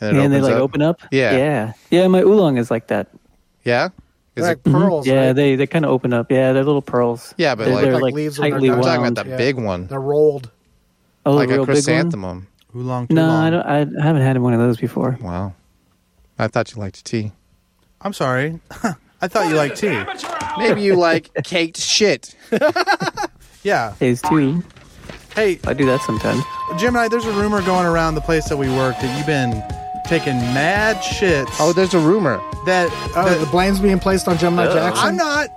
Speaker 1: and it
Speaker 5: and they
Speaker 1: opens
Speaker 5: like
Speaker 1: up?
Speaker 5: open up.
Speaker 1: Yeah.
Speaker 5: yeah, yeah. My oolong is like that.
Speaker 1: Yeah, is
Speaker 6: They're
Speaker 1: it?
Speaker 6: like pearls.
Speaker 5: Mm-hmm. yeah,
Speaker 6: right?
Speaker 5: they they kind of open up. Yeah, they're little pearls.
Speaker 1: Yeah, but
Speaker 5: they're,
Speaker 1: like-
Speaker 5: they're,
Speaker 1: Like
Speaker 6: leaves when
Speaker 5: tightly
Speaker 6: they're
Speaker 5: wound.
Speaker 1: I'm
Speaker 6: done.
Speaker 1: talking about the
Speaker 6: Yeah.
Speaker 1: big one,
Speaker 6: They're rolled.
Speaker 5: oh,
Speaker 1: like a
Speaker 5: real big one.
Speaker 1: chrysanthemum.
Speaker 4: Who long? Too
Speaker 5: No,
Speaker 4: long.
Speaker 5: I don't. I I haven't had one of those before.
Speaker 1: Wow, I thought you liked tea.
Speaker 4: I'm sorry. (laughs) I thought you liked tea.
Speaker 1: Maybe you like (laughs) caked shit.
Speaker 4: Yeah.
Speaker 5: Phase two.
Speaker 4: Hey,
Speaker 5: I do that sometimes.
Speaker 4: Gemini, there's a rumor going around the place that we work that you've been taking mad shits.
Speaker 1: Oh, there's a rumor.
Speaker 4: that,
Speaker 6: Oh,
Speaker 4: that-
Speaker 6: the blame's being placed on Gemini Jackson.
Speaker 4: I'm not.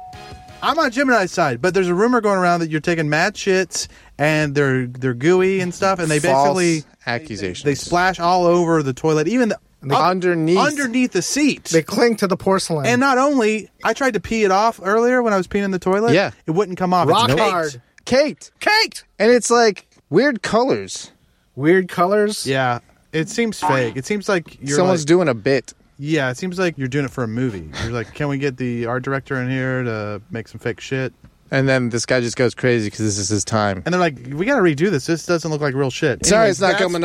Speaker 4: I'm on Gemini's side, but there's a rumor going around that you're taking mad shits and they're they're gooey and stuff, and (laughs) they
Speaker 1: False
Speaker 4: basically
Speaker 1: accusations.
Speaker 4: they splash all over the toilet, even the, up-
Speaker 1: underneath.
Speaker 4: underneath the seat.
Speaker 6: They cling to the porcelain.
Speaker 4: and uh, not only I tried to pee it off earlier when I was peeing in the toilet.
Speaker 1: Yeah.
Speaker 4: it wouldn't come off. It's
Speaker 6: rock
Speaker 4: caked.
Speaker 6: hard,
Speaker 1: Caked,
Speaker 6: caked.
Speaker 1: and it's like weird colors.
Speaker 6: Weird colors.
Speaker 4: Yeah, it seems fake. It seems like you're
Speaker 1: Someone's
Speaker 4: like-
Speaker 1: doing a bit.
Speaker 4: Yeah, it seems like you're doing it for a movie. You're like, can we get the art director in here to make some fake shit?
Speaker 1: And then this guy just goes crazy because this is his time.
Speaker 4: And they're like, we got to redo this. This doesn't look like real shit.
Speaker 1: Sorry,
Speaker 4: Anyways,
Speaker 1: it's not
Speaker 4: that's-
Speaker 1: coming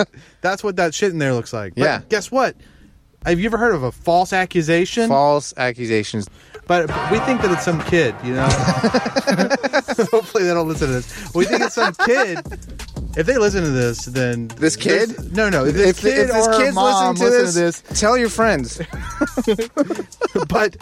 Speaker 1: off.
Speaker 4: That's what that shit in there looks like. But
Speaker 1: Yeah.
Speaker 4: Guess what? Have you ever heard of a false
Speaker 1: (laughs)
Speaker 4: accusation?
Speaker 1: False accusations.
Speaker 4: But we think that it's some kid,
Speaker 1: (laughs)
Speaker 4: you know? Hopefully they don't listen to this. We think it's some kid. If they listen to this, then.
Speaker 1: This kid?
Speaker 4: This- No, no. If this
Speaker 1: if,
Speaker 4: kid
Speaker 1: if this
Speaker 4: or her
Speaker 1: kid's
Speaker 4: mom
Speaker 1: listening to,
Speaker 4: listen
Speaker 1: this,
Speaker 4: to this,
Speaker 1: tell your friends.
Speaker 4: but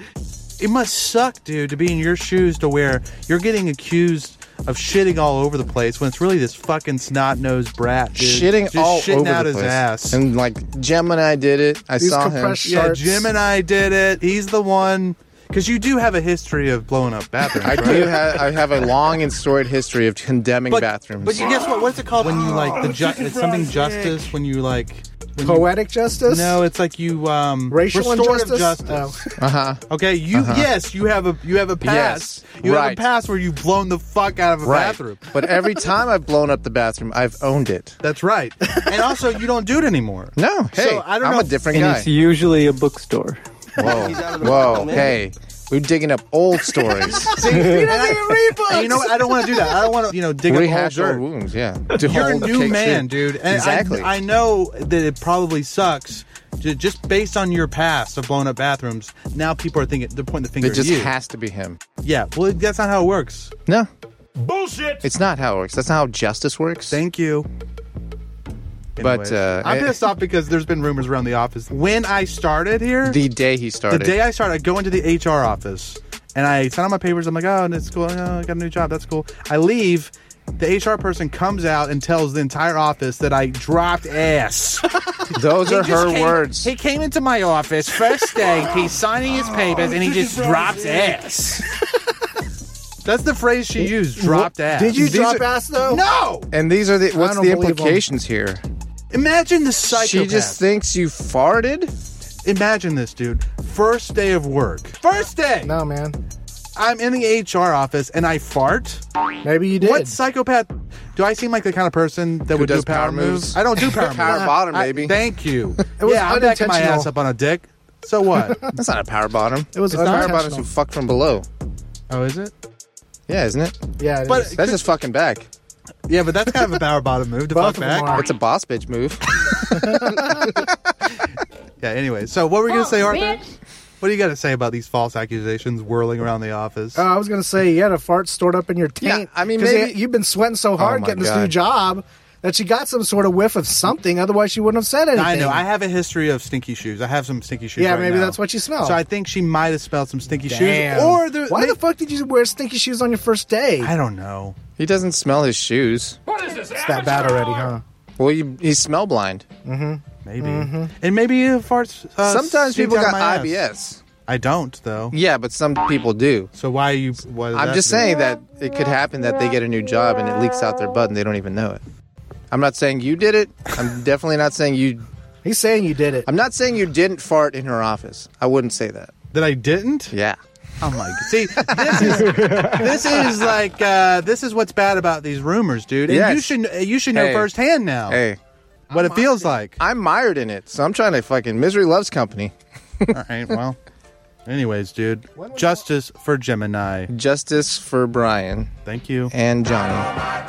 Speaker 4: it must suck, dude, to be in your shoes to where you're getting accused of shitting all over the place when it's really this fucking snot nosed brat, dude.
Speaker 1: shitting
Speaker 4: Just
Speaker 1: all
Speaker 4: shitting
Speaker 1: over
Speaker 4: out
Speaker 1: the
Speaker 4: his
Speaker 1: place.
Speaker 4: ass.
Speaker 1: And like Gemini did it. I
Speaker 6: These
Speaker 1: saw him.
Speaker 6: compressed
Speaker 4: yeah,
Speaker 6: shorts.
Speaker 4: Jim and I did it. He's the one. Because you do have a history of blowing up bathrooms.
Speaker 1: I
Speaker 4: right?
Speaker 1: do have I have a long and storied history of condemning
Speaker 4: But,
Speaker 1: bathrooms.
Speaker 4: But you guess what? What's it called when you like
Speaker 6: Oh,
Speaker 4: the ju- it's something justice when you like when you-
Speaker 6: Poetic justice.
Speaker 4: no, it's like you um
Speaker 6: Racial
Speaker 4: restorative
Speaker 6: injustice. Oh.
Speaker 4: (laughs) Okay, you yes, you have a you have a past.
Speaker 1: Uh-huh. Yes,
Speaker 4: you have
Speaker 1: right.
Speaker 4: a past where you've blown the fuck out of
Speaker 1: (laughs)
Speaker 4: a
Speaker 1: right.
Speaker 4: bathroom.
Speaker 1: But every time I've blown up the bathroom, I've owned (laughs) it.
Speaker 4: That's
Speaker 6: (laughs)
Speaker 4: right. and also, you don't do it anymore.
Speaker 1: No, hey,
Speaker 4: So, I don't
Speaker 1: I'm
Speaker 4: know
Speaker 1: a
Speaker 4: if-
Speaker 1: different
Speaker 5: And
Speaker 1: guy.
Speaker 5: it's usually a bookstore.
Speaker 1: Whoa, whoa, hey, we're digging up old
Speaker 4: (laughs)
Speaker 1: stories.
Speaker 4: And you know what? I don't want to do that. I don't want to you know dig up whole
Speaker 1: Rehash old
Speaker 4: dirt.
Speaker 1: wounds, yeah.
Speaker 4: You're a
Speaker 1: Old
Speaker 4: new
Speaker 1: cake
Speaker 4: man,
Speaker 1: shit.
Speaker 4: dude. And
Speaker 1: exactly.
Speaker 4: I, I know that it probably sucks. ju- Just based on your past of blowing up bathrooms, now people are thinking they're pointing the finger
Speaker 1: it just
Speaker 4: at you.
Speaker 1: has to be him.
Speaker 4: yeah, well, that's not how it works.
Speaker 1: No,
Speaker 2: Bullshit!
Speaker 1: it's not how it works. That's not how justice works.
Speaker 4: Thank you.
Speaker 1: But, uh,
Speaker 4: I'm
Speaker 1: I-
Speaker 4: pissed off because there's been rumors around the office. When I started here,
Speaker 1: the day he started.
Speaker 4: the day I started, I go into the HR office and I sign out my papers. I'm like, oh, it's cool. Oh, I got a new job. That's cool. I leave. The HR person comes out and tells the entire office that I dropped ass.
Speaker 1: Those are
Speaker 4: He just
Speaker 1: her
Speaker 4: came-
Speaker 1: words.
Speaker 4: He came into my office (laughs) first day. he's signing his papers, and he just drops ass. (laughs) That's the phrase she used. Dropped ass.
Speaker 6: Did you
Speaker 1: These
Speaker 6: drop
Speaker 1: are-
Speaker 6: ass
Speaker 4: (laughs)
Speaker 6: though?
Speaker 4: No.
Speaker 1: and these are the what's
Speaker 6: don't
Speaker 1: the
Speaker 6: believe 'em.
Speaker 1: implications here?
Speaker 4: Imagine the psychopath.
Speaker 1: She just thinks you farted.
Speaker 4: Imagine this, dude. First day of work. First day.
Speaker 6: No, man.
Speaker 4: I'm in the HR office and I fart.
Speaker 6: Maybe you did.
Speaker 4: What psychopath? Do I seem like the kind of person that would
Speaker 1: does
Speaker 4: do power,
Speaker 1: power
Speaker 4: moves?
Speaker 1: moves?
Speaker 4: I don't
Speaker 6: (laughs)
Speaker 4: do power moves.
Speaker 1: Power bottom,
Speaker 4: I-
Speaker 1: baby.
Speaker 4: thank you.
Speaker 6: was
Speaker 4: yeah, I'm backing my
Speaker 6: unintentional.
Speaker 4: ass up on a dick. So
Speaker 6: (laughs)
Speaker 4: what?
Speaker 1: That's not a power bottom.
Speaker 6: It was
Speaker 1: it's power bottoms
Speaker 6: unintentional.
Speaker 1: who fuck from below.
Speaker 4: oh, is it?
Speaker 1: Yeah, isn't it?
Speaker 6: yeah, it
Speaker 4: But-
Speaker 6: is.
Speaker 1: That's just fucking back.
Speaker 4: Yeah, but that's kind of a power bottom move to
Speaker 6: Both
Speaker 4: fuck
Speaker 6: of them are.
Speaker 4: back.
Speaker 1: It's a boss bitch move.
Speaker 4: Yeah. Anyway, so what were you gonna say, Arthur? What do you got to say about these false accusations whirling around the office?
Speaker 6: Uh, I was gonna say you had a fart stored up in your taint.
Speaker 1: I mean,
Speaker 6: 'cause
Speaker 1: maybe-
Speaker 6: you- you've been sweating so hard
Speaker 1: Oh my
Speaker 6: getting this
Speaker 1: God.
Speaker 6: new job that she got some sort of whiff of something. Otherwise, she wouldn't have said anything.
Speaker 4: I know. I have a history of stinky shoes. I have some stinky shoes.
Speaker 6: Yeah,
Speaker 4: right
Speaker 6: maybe
Speaker 4: now.
Speaker 6: that's what you smell.
Speaker 4: So I think she might have smelled some stinky
Speaker 6: Damn.
Speaker 4: shoes, or there,
Speaker 6: why
Speaker 4: may-
Speaker 6: the fuck did you wear stinky shoes on your first day?
Speaker 4: I don't know.
Speaker 1: He doesn't smell his shoes.
Speaker 6: It's that bad already, huh?
Speaker 1: Well, you, he's smell blind.
Speaker 4: Maybe. And maybe it farts. Uh,
Speaker 1: Sometimes
Speaker 4: seeped
Speaker 1: people
Speaker 4: out of
Speaker 1: got
Speaker 4: my ass.
Speaker 1: IBS.
Speaker 4: I don't though.
Speaker 1: Yeah, but some people do.
Speaker 4: So why are you? What does
Speaker 1: I'm
Speaker 4: that
Speaker 1: just
Speaker 4: mean?
Speaker 1: saying that it could happen that they get a new job and it leaks out their butt and they don't even know it. I'm not saying you did it. I'm definitely not saying you.
Speaker 6: He's saying you did it.
Speaker 1: I'm not saying you didn't fart in her office. I wouldn't say that.
Speaker 4: that I didn't.
Speaker 1: Yeah.
Speaker 4: I'm like, see, this is this is like uh, this is what's bad about these rumors, dude. And you
Speaker 1: Yes.
Speaker 4: should you should know
Speaker 1: Hey.
Speaker 4: firsthand now
Speaker 1: Hey,
Speaker 4: what it feels like.
Speaker 1: I'm mired in it, so I'm trying to fucking misery loves company.
Speaker 4: All right, (laughs) well, anyways, dude, justice for Gemini.
Speaker 1: Justice for Brian
Speaker 4: Thank you.
Speaker 1: and Johnny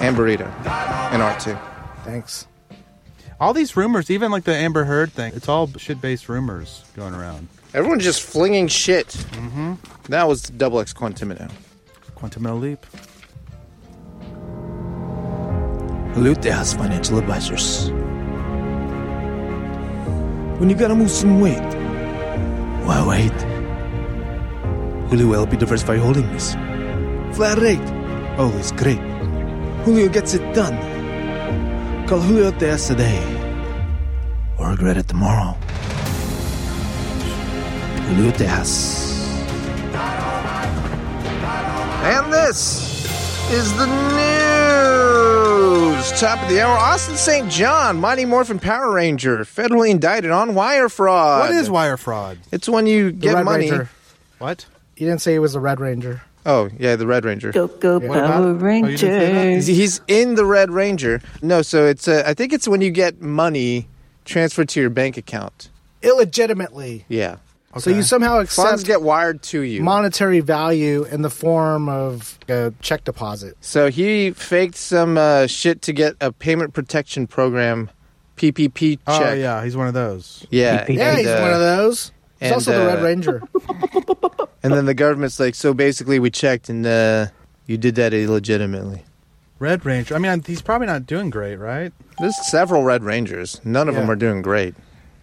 Speaker 1: and Burrito and Art too.
Speaker 6: Thanks.
Speaker 4: All these rumors, even like the Amber Heard thing, it's all shit based rumors going around.
Speaker 1: Everyone's just flinging shit. Mm-hmm. That was Double X Quantimino.
Speaker 4: Quantum leap.
Speaker 1: Salute the house financial advisors. When you gotta move some weight, why wait? Julio will be diversified holdings. Flat rate, always great. Julio gets it done. Call Julio at the S today. Or regret it tomorrow. Pollutas. And this is the news. Top of the hour. Austin St. John, Mighty Morphin Power Ranger, federally indicted on wire fraud.
Speaker 4: What is wire fraud?
Speaker 1: It's when you get
Speaker 6: Red
Speaker 1: money.
Speaker 6: Ranger.
Speaker 4: What?
Speaker 6: You didn't say he was a Red Ranger.
Speaker 1: Oh, yeah, the Red Ranger.
Speaker 5: Go go Power
Speaker 4: Oh, didn't say that?
Speaker 5: Rangers.
Speaker 1: He's in the Red Ranger. No, so it's uh, I think it's when you get money transferred to your bank account.
Speaker 6: Illegitimately.
Speaker 1: Yeah.
Speaker 6: So you somehow
Speaker 1: Funds
Speaker 6: accept
Speaker 1: get wired to you.
Speaker 6: monetary value in the form of a check deposit.
Speaker 1: so he faked some uh, shit to get a payment protection program PPP check.
Speaker 4: Oh yeah, he's one of those.
Speaker 1: Yeah.
Speaker 5: PPP.
Speaker 6: Yeah,
Speaker 1: and,
Speaker 6: he's
Speaker 1: uh,
Speaker 6: one of those. He's
Speaker 1: and,
Speaker 6: also the Red
Speaker 1: uh, (laughs)
Speaker 6: Ranger.
Speaker 1: And then the government's like, so basically we checked and uh, you did that illegitimately.
Speaker 4: Red Ranger. I mean, he's probably not doing great, right?
Speaker 1: There's several Red Rangers. None of them
Speaker 4: Yeah.
Speaker 1: are doing great.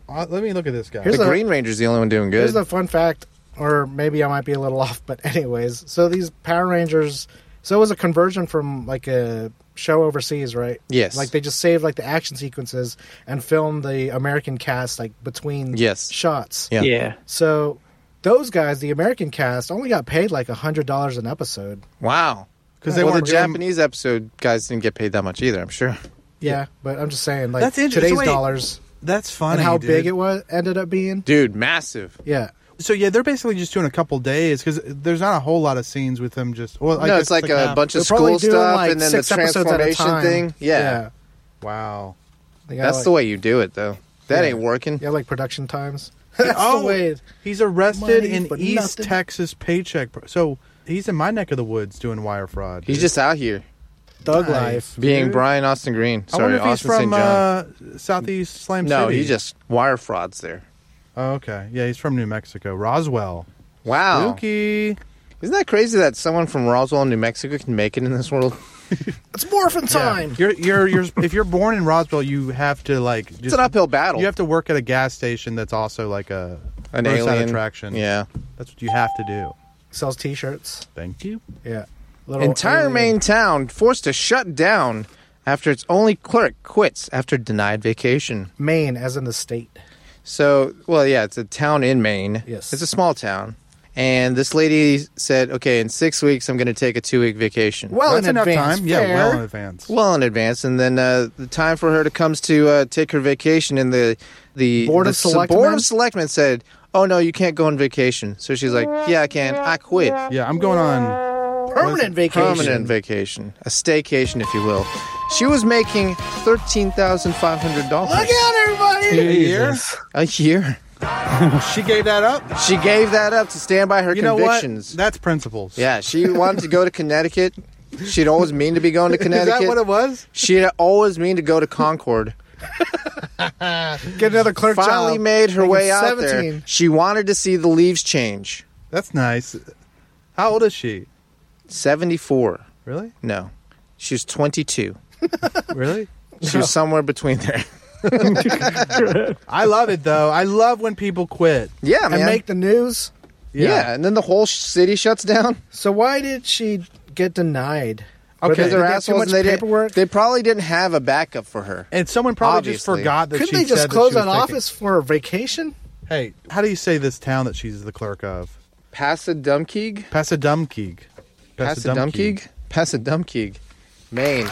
Speaker 4: Uh, let me look at this guy.
Speaker 6: Here's
Speaker 1: the
Speaker 6: a-
Speaker 1: Green Ranger's the only one doing good.
Speaker 6: Here's the fun fact, or maybe I might be a little (laughs) off, but anyways, so these Power Rangers, so it was a conversion from like a show overseas, right?
Speaker 1: Yes.
Speaker 6: Like they just saved like the action sequences and filmed the American cast like between
Speaker 1: Yes.
Speaker 6: shots.
Speaker 1: Yeah.
Speaker 5: Yeah.
Speaker 6: So those guys, the American cast, only got paid like a hundred dollars an episode.
Speaker 1: wow.
Speaker 4: 'Cause they
Speaker 1: well, the
Speaker 4: weren't really-
Speaker 1: Japanese episode guys didn't get paid that much either, I'm sure.
Speaker 6: Yeah, but I'm just saying, like
Speaker 4: That's interesting.
Speaker 6: today's
Speaker 4: Wait.
Speaker 6: dollars
Speaker 4: That's funny.
Speaker 6: and how
Speaker 4: dude.
Speaker 6: big it was ended up being.
Speaker 1: Dude, massive.
Speaker 6: Yeah.
Speaker 4: So yeah, they're basically just doing a couple days because there's not a whole lot of scenes with them. Just well, I
Speaker 1: no,
Speaker 4: guess
Speaker 1: it's like, a
Speaker 4: now-
Speaker 1: bunch of
Speaker 6: uh, They're probably
Speaker 1: school
Speaker 6: doing,
Speaker 1: stuff
Speaker 6: like,
Speaker 1: and then the
Speaker 6: six episodes at a
Speaker 1: transformation
Speaker 6: time.
Speaker 1: thing. Yeah.
Speaker 4: Wow.
Speaker 6: They got,
Speaker 1: That's
Speaker 6: like-
Speaker 1: the way you do it, though. That
Speaker 6: Yeah.
Speaker 1: ain't working.
Speaker 6: Yeah, like production times. (laughs) That's the way.
Speaker 4: Oh, he's arrested
Speaker 6: Money
Speaker 4: in
Speaker 6: for
Speaker 4: East
Speaker 6: nothing.
Speaker 4: Texas paycheck. Pro- so he's in my neck of the woods doing wire fraud.
Speaker 1: He's
Speaker 4: dude.
Speaker 1: just out here
Speaker 6: Thug
Speaker 4: Nice.
Speaker 6: life.
Speaker 1: being
Speaker 4: Dude.
Speaker 1: Brian Austin Green.
Speaker 4: I
Speaker 1: Sorry,
Speaker 4: wonder if he's
Speaker 1: Austin
Speaker 4: from
Speaker 1: St. John.
Speaker 4: uh, Southeast Slam
Speaker 1: no,
Speaker 4: City.
Speaker 1: he just wire frauds there.
Speaker 4: Oh, okay. Yeah, he's from New Mexico, Roswell.
Speaker 1: Wow.
Speaker 4: Spooky.
Speaker 1: Isn't that crazy that someone from Roswell, New Mexico can make it in this
Speaker 6: (laughs)
Speaker 1: world?
Speaker 6: It's morphin' time.
Speaker 4: You're, you're, you're, (laughs) if you're born in Roswell, you have to like. Just,
Speaker 1: It's an uphill battle.
Speaker 4: You have to work at a gas station that's also like a
Speaker 1: An
Speaker 4: roadside
Speaker 1: alien.
Speaker 4: attraction.
Speaker 1: Yeah.
Speaker 4: that's what you have to do.
Speaker 6: sells T-shirts.
Speaker 4: Thank you.
Speaker 6: Yeah, Little
Speaker 1: Entire
Speaker 6: Oh, alien.
Speaker 1: main town forced to shut down after its only clerk quits after denied vacation.
Speaker 6: Maine, as in the state.
Speaker 1: So, well, yeah, it's a town in Maine.
Speaker 6: Yes.
Speaker 1: It's a small town. And this lady said, okay, in six weeks, I'm going to take a two week vacation.
Speaker 6: Well,
Speaker 4: that's
Speaker 6: in
Speaker 4: enough
Speaker 6: advance.
Speaker 4: time. Yeah, well
Speaker 6: Fair.
Speaker 4: in advance.
Speaker 1: well in advance, and then uh, the time for her to comes to uh, take her vacation, and the the
Speaker 6: Board
Speaker 1: the
Speaker 6: of
Speaker 1: s-
Speaker 6: Selectmen?
Speaker 1: board of selectmen said, "Oh no, you can't go on vacation." So she's like, "Yeah, I can. I quit."
Speaker 4: yeah, I'm going on.
Speaker 6: permanent vacation.
Speaker 1: Permanent vacation, a staycation, if you will. She was making thirteen thousand five hundred
Speaker 6: Look
Speaker 1: dollars
Speaker 6: out, everybody!
Speaker 5: Jesus.
Speaker 1: a year.
Speaker 4: She gave that up.
Speaker 1: She gave that up to stand by her
Speaker 4: You know what?
Speaker 1: convictions.
Speaker 4: That's principles.
Speaker 1: Yeah, she wanted to go to Connecticut. She'd always mean to be going to
Speaker 4: (laughs) Is
Speaker 1: Connecticut.
Speaker 4: that what it was?
Speaker 1: She'd always mean to go to Concord.
Speaker 6: Get another clerk
Speaker 1: finally
Speaker 6: job.
Speaker 1: made her
Speaker 6: Making
Speaker 1: way out
Speaker 6: 17.
Speaker 1: there. She wanted to see the leaves change.
Speaker 4: That's nice. How old is she?
Speaker 1: 74.
Speaker 4: Really?
Speaker 1: No. She was 22.
Speaker 4: Really?
Speaker 1: She was somewhere between
Speaker 6: (laughs)
Speaker 1: there.
Speaker 4: I love it though. I love when people quit.
Speaker 1: Yeah,
Speaker 6: and
Speaker 1: man.
Speaker 6: make the news.
Speaker 1: yeah. and then the whole sh- city shuts
Speaker 6: (laughs)
Speaker 1: down
Speaker 6: So why did she get denied? Were
Speaker 4: Okay.
Speaker 1: because
Speaker 6: they- did
Speaker 1: they're
Speaker 6: they have
Speaker 1: assholes
Speaker 6: Too
Speaker 1: and
Speaker 6: much
Speaker 1: they
Speaker 6: paperwork.
Speaker 1: didn't. They probably didn't have a backup for her.
Speaker 4: And someone probably just
Speaker 1: Obviously.
Speaker 4: forgot that
Speaker 6: Couldn't
Speaker 4: she
Speaker 6: they
Speaker 4: said
Speaker 6: just
Speaker 4: that
Speaker 6: close
Speaker 4: she was
Speaker 6: an
Speaker 4: taking-
Speaker 6: office for a vacation?
Speaker 4: Hey, how do you say this town that she's the clerk of?
Speaker 1: Pasadumkeag,
Speaker 4: Pasadumkeag.
Speaker 1: Pasadumkeag, Pasadumkeag, Maine.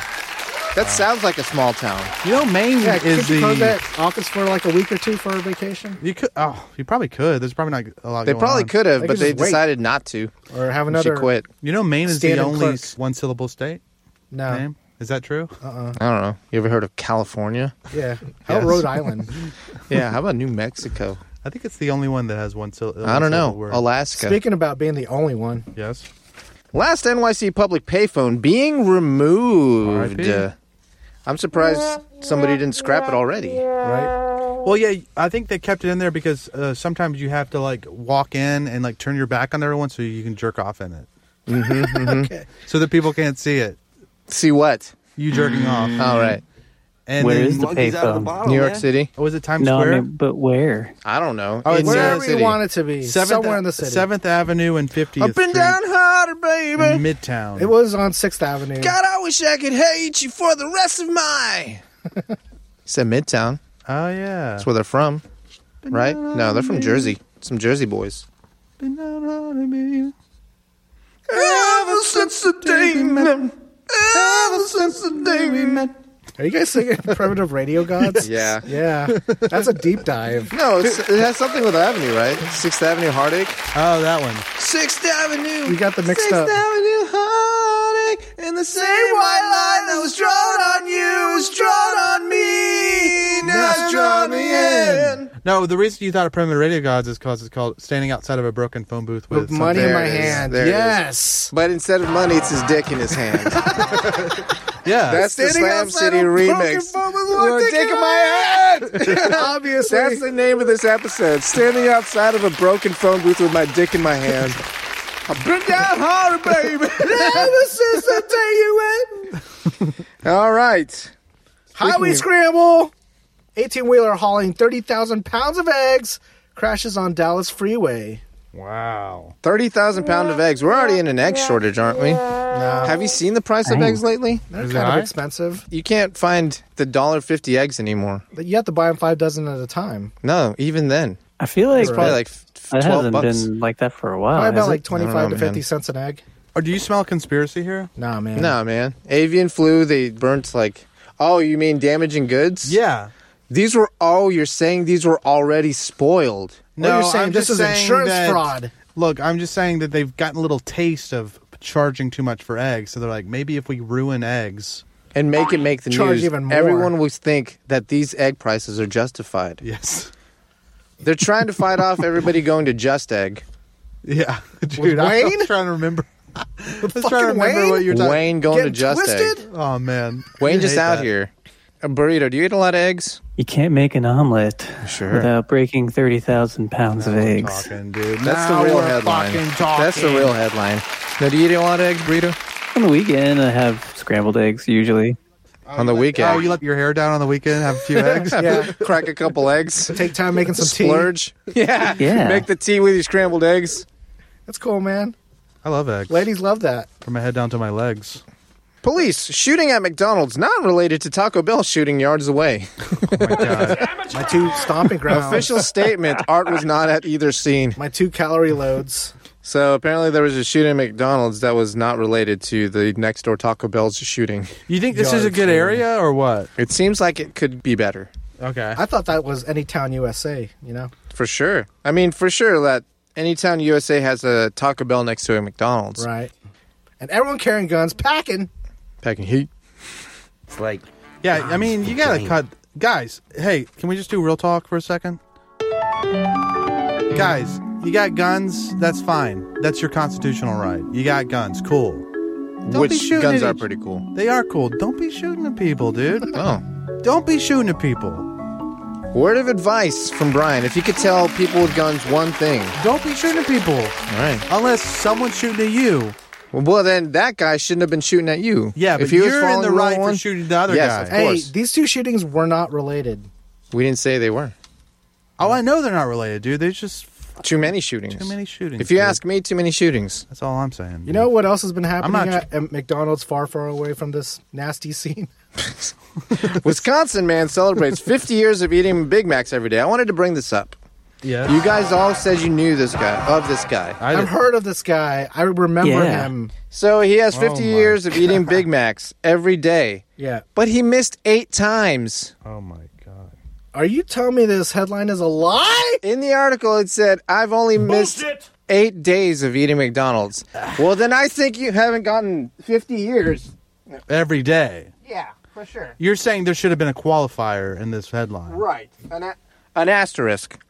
Speaker 1: That sounds like a small town.
Speaker 4: You know, Maine
Speaker 6: Yeah, (laughs)
Speaker 4: is
Speaker 6: could you close
Speaker 4: the.
Speaker 6: that office for like a week or two for a vacation,
Speaker 4: You could. Oh, you probably could. There's probably not a lot.
Speaker 1: They
Speaker 4: going
Speaker 1: probably
Speaker 4: on.
Speaker 1: could have,
Speaker 6: They
Speaker 1: but
Speaker 6: could
Speaker 1: they
Speaker 6: just wait.
Speaker 1: decided not to.
Speaker 6: or have
Speaker 1: And She
Speaker 6: another?
Speaker 1: quit.
Speaker 4: You know, Maine is the
Speaker 6: Standing
Speaker 4: only
Speaker 6: clerk.
Speaker 4: one-syllable state.
Speaker 6: No.
Speaker 4: Name is that true?
Speaker 1: I don't know. You ever heard of California? (laughs)
Speaker 6: Yeah. How about
Speaker 4: Yes.
Speaker 6: Rhode Island?
Speaker 1: yeah. (laughs) How about New Mexico?
Speaker 4: I think it's the only one that has one syllable.
Speaker 1: I don't know.
Speaker 4: Word.
Speaker 1: Alaska.
Speaker 6: Speaking about being the only one.
Speaker 4: yes.
Speaker 1: Last NYC public payphone being removed.
Speaker 4: R.I.P..
Speaker 1: Uh, I'm surprised somebody didn't scrap it already.
Speaker 6: right?
Speaker 4: Well, yeah, I think they kept it in there because uh, sometimes you have to like walk in and like turn your back on everyone so you can jerk off in it,
Speaker 1: Mm-hmm,
Speaker 4: (laughs)
Speaker 6: Okay.
Speaker 4: so that people can't see it.
Speaker 1: See what?
Speaker 4: You jerking off.
Speaker 1: All right.
Speaker 4: And
Speaker 5: Where
Speaker 4: then,
Speaker 5: is the payphone?
Speaker 1: New York City?
Speaker 4: oh, is it Times
Speaker 5: No, I
Speaker 4: Square?
Speaker 5: mean, but where?
Speaker 1: I don't know.
Speaker 4: Oh,
Speaker 1: In
Speaker 4: it's
Speaker 1: New York
Speaker 6: Wherever you
Speaker 1: City.
Speaker 6: want it to be. somewhere in the city.
Speaker 4: Seventh Avenue and 50th
Speaker 1: Up and
Speaker 4: Street,
Speaker 1: down harder, baby.
Speaker 4: Midtown.
Speaker 6: It was on Sixth
Speaker 1: (laughs)
Speaker 6: Avenue.
Speaker 1: God, I wish I could hate you for the rest of my. He said Midtown.
Speaker 4: Oh yeah.
Speaker 1: That's where they're from, right? No, they're from Jersey. Some Jersey boys.
Speaker 4: Been down on me.
Speaker 1: Ever since the day we met. Ever since the day we met.
Speaker 6: Are you guys singing
Speaker 1: (laughs)
Speaker 6: primitive radio gods?
Speaker 1: Yeah.
Speaker 6: Yeah. That's a
Speaker 1: (laughs)
Speaker 6: deep dive.
Speaker 1: No, it's, it has something with Avenue, right? Sixth Avenue Heartache.
Speaker 4: Oh, that one.
Speaker 1: Sixth Avenue.
Speaker 6: You got the mixed
Speaker 1: Sixth
Speaker 6: up.
Speaker 1: Avenue Heartache. And the same white line that was drawn on you was drawn on me. Now it's drawn me in.
Speaker 4: No, the reason you thought of Primitive Radio Gods is because it's called standing outside of a broken phone booth with,
Speaker 6: With money in
Speaker 1: There
Speaker 6: my
Speaker 1: it is.
Speaker 6: hand.
Speaker 1: There it is.
Speaker 6: Yes.
Speaker 1: But instead of money, it's his dick in his (laughs) hand.
Speaker 4: something. Yeah,
Speaker 1: That's the
Speaker 6: Standing
Speaker 1: Slam
Speaker 6: outside
Speaker 1: City
Speaker 6: a broken
Speaker 1: remix.
Speaker 6: phone with
Speaker 1: Your dick in my hand.
Speaker 6: (laughs) Obviously.
Speaker 1: That's the name of this episode. Standing outside of a broken phone booth with my dick in my hand. I've (laughs) been down hard, (laughs) baby. Ever since the day you went. All right.
Speaker 6: Highway scramble. 18 wheeler hauling 30,000 pounds of eggs crashes on Dallas freeway.
Speaker 4: wow.
Speaker 1: 30,000 pound of eggs. We're already in an egg shortage, aren't we? Have you seen the price of eggs lately?
Speaker 6: They're
Speaker 4: Is it
Speaker 6: kind of
Speaker 4: high?
Speaker 6: expensive.
Speaker 1: You can't find the $1.50 eggs anymore.
Speaker 6: But you have to buy them five dozen at a time.
Speaker 1: No, even then.
Speaker 5: I feel like
Speaker 1: It's probably
Speaker 5: that,
Speaker 1: like f-
Speaker 5: that
Speaker 1: 12
Speaker 5: hasn't
Speaker 1: bucks.
Speaker 5: been like that for a while.
Speaker 6: Probably about
Speaker 5: has
Speaker 6: like
Speaker 5: it?
Speaker 6: 25 to
Speaker 1: man.
Speaker 6: 50 cents an egg.
Speaker 4: Or do you smell conspiracy here?
Speaker 6: Nah, man.
Speaker 1: No, man. Avian flu, they burnt like. Oh, you mean damaging goods?
Speaker 4: Yeah.
Speaker 1: These were all you're saying these were already spoiled.
Speaker 6: What you're saying, this is insurance fraud.
Speaker 4: Look, I'm just saying that they've gotten a little taste of charging too much for eggs, so they're like, maybe if we ruin eggs.
Speaker 1: And make it make the
Speaker 6: Charge
Speaker 1: news.
Speaker 6: even more.
Speaker 1: Everyone will think that these egg prices are justified.
Speaker 4: Yes.
Speaker 1: They're trying to fight off everybody going to Just Egg.
Speaker 4: (laughs) Yeah, dude. I was (laughs)
Speaker 6: Wayne?
Speaker 4: trying to remember. I was trying to
Speaker 6: fucking
Speaker 4: remember
Speaker 6: Wayne?
Speaker 4: what you're talking.
Speaker 1: Wayne going to
Speaker 6: Getting
Speaker 1: Just Egg.
Speaker 6: twisted?
Speaker 4: Oh man,
Speaker 1: Wayne
Speaker 4: You
Speaker 1: just
Speaker 4: hate
Speaker 1: out
Speaker 4: that.
Speaker 1: here. A burrito. Do you eat a lot of eggs?
Speaker 5: You can't make an omelet
Speaker 1: Sure.
Speaker 5: without breaking 30,000 pounds of eggs.
Speaker 4: Talking, dude.
Speaker 1: That's
Speaker 4: Now
Speaker 1: the real
Speaker 4: we're
Speaker 1: headline.
Speaker 4: fucking
Speaker 1: That's the
Speaker 4: talking.
Speaker 1: real headline. Now, do you eat a lot of eggs, burrito?
Speaker 5: On the weekend, I have scrambled
Speaker 1: (laughs)
Speaker 5: eggs usually.
Speaker 1: On the weekend,
Speaker 4: Oh, you let your hair down on the weekend, have a (laughs) few eggs.
Speaker 6: Yeah.
Speaker 1: (laughs) crack a couple eggs,
Speaker 6: Take time making some tea.
Speaker 1: splurge. Yeah,
Speaker 5: Yeah.
Speaker 1: Make the tea with your scrambled eggs.
Speaker 6: That's cool, man.
Speaker 4: I love eggs.
Speaker 6: Ladies love that.
Speaker 4: From my head down to my legs.
Speaker 1: Police shooting at McDonald's, not related to Taco Bell shooting yards (laughs) away.
Speaker 4: (laughs) Oh my god.
Speaker 6: My two
Speaker 1: (laughs)
Speaker 6: stomping grounds.
Speaker 1: Official statement: Art was not at either scene.
Speaker 6: My two calorie loads.
Speaker 1: So apparently, there was a shooting at McDonald's that was not related to the next door Taco Bell's shooting.
Speaker 4: You think this is a good area or what?
Speaker 1: It seems like it could be better,
Speaker 4: Okay.
Speaker 6: I thought that was Anytown USA, you know?
Speaker 1: for sure. I mean, for sure that Anytown USA has a Taco Bell next to a McDonald's.
Speaker 6: Right. And everyone carrying guns, packing.
Speaker 1: Packing heat.
Speaker 7: It's like
Speaker 4: Yeah, I mean, you gotta cut. Guys, hey, can we just do real talk for a second? Guys, you got guns. That's fine. That's your constitutional right. You got guns. Cool. Don't be
Speaker 1: Which
Speaker 4: shooting
Speaker 1: guns
Speaker 4: at
Speaker 1: are
Speaker 4: each-
Speaker 1: pretty cool.
Speaker 4: They are cool. Don't be shooting at people, (laughs) dude.
Speaker 1: Oh.
Speaker 4: Don't be shooting at people.
Speaker 1: Word of advice from Brian. If you could tell people with guns one thing.
Speaker 4: Don't be shooting at people
Speaker 1: All right.
Speaker 4: unless someone's shooting at you.
Speaker 1: Well, then that guy shouldn't have been shooting at you.
Speaker 4: Yeah,
Speaker 1: if
Speaker 4: but
Speaker 1: he was
Speaker 4: you're in
Speaker 1: following
Speaker 4: the
Speaker 1: rule
Speaker 4: right for
Speaker 1: one-
Speaker 4: shooting the other
Speaker 1: yes,
Speaker 4: guy.
Speaker 1: Of
Speaker 6: Hey,
Speaker 1: course.
Speaker 6: these two shootings were not related.
Speaker 1: we didn't say they were.
Speaker 4: Oh, I know they're not related, dude. There's just
Speaker 1: Too many shootings.
Speaker 4: too many shootings.
Speaker 1: If you
Speaker 4: dude.
Speaker 1: ask me, too many shootings. (laughs)
Speaker 4: that's all I'm saying.
Speaker 6: You know what else has been happening
Speaker 4: not
Speaker 6: at, at McDonald's far, far away from this nasty scene?
Speaker 1: Wisconsin man celebrates 50 (laughs) years of eating Big Macs every day. I wanted to bring this up.
Speaker 4: Yeah.
Speaker 1: You guys all said you knew this guy, of this guy.
Speaker 4: I
Speaker 6: I've
Speaker 4: did.
Speaker 6: heard of this guy. I remember
Speaker 5: Yeah.
Speaker 6: him.
Speaker 1: So he has 50
Speaker 4: my
Speaker 1: years of eating
Speaker 4: (laughs)
Speaker 1: Big Macs every day,
Speaker 6: Yeah.
Speaker 1: but he missed eight times.
Speaker 4: Oh my god.
Speaker 6: Are you telling me this headline is a lie?
Speaker 1: In the article, it said, I've only missed eight days of eating McDonald's. well, then I think you haven't gotten 50 years.
Speaker 4: Every day.
Speaker 1: Yeah, for sure.
Speaker 4: You're saying there should have been a qualifier in this headline.
Speaker 1: Right. An, a- an asterisk.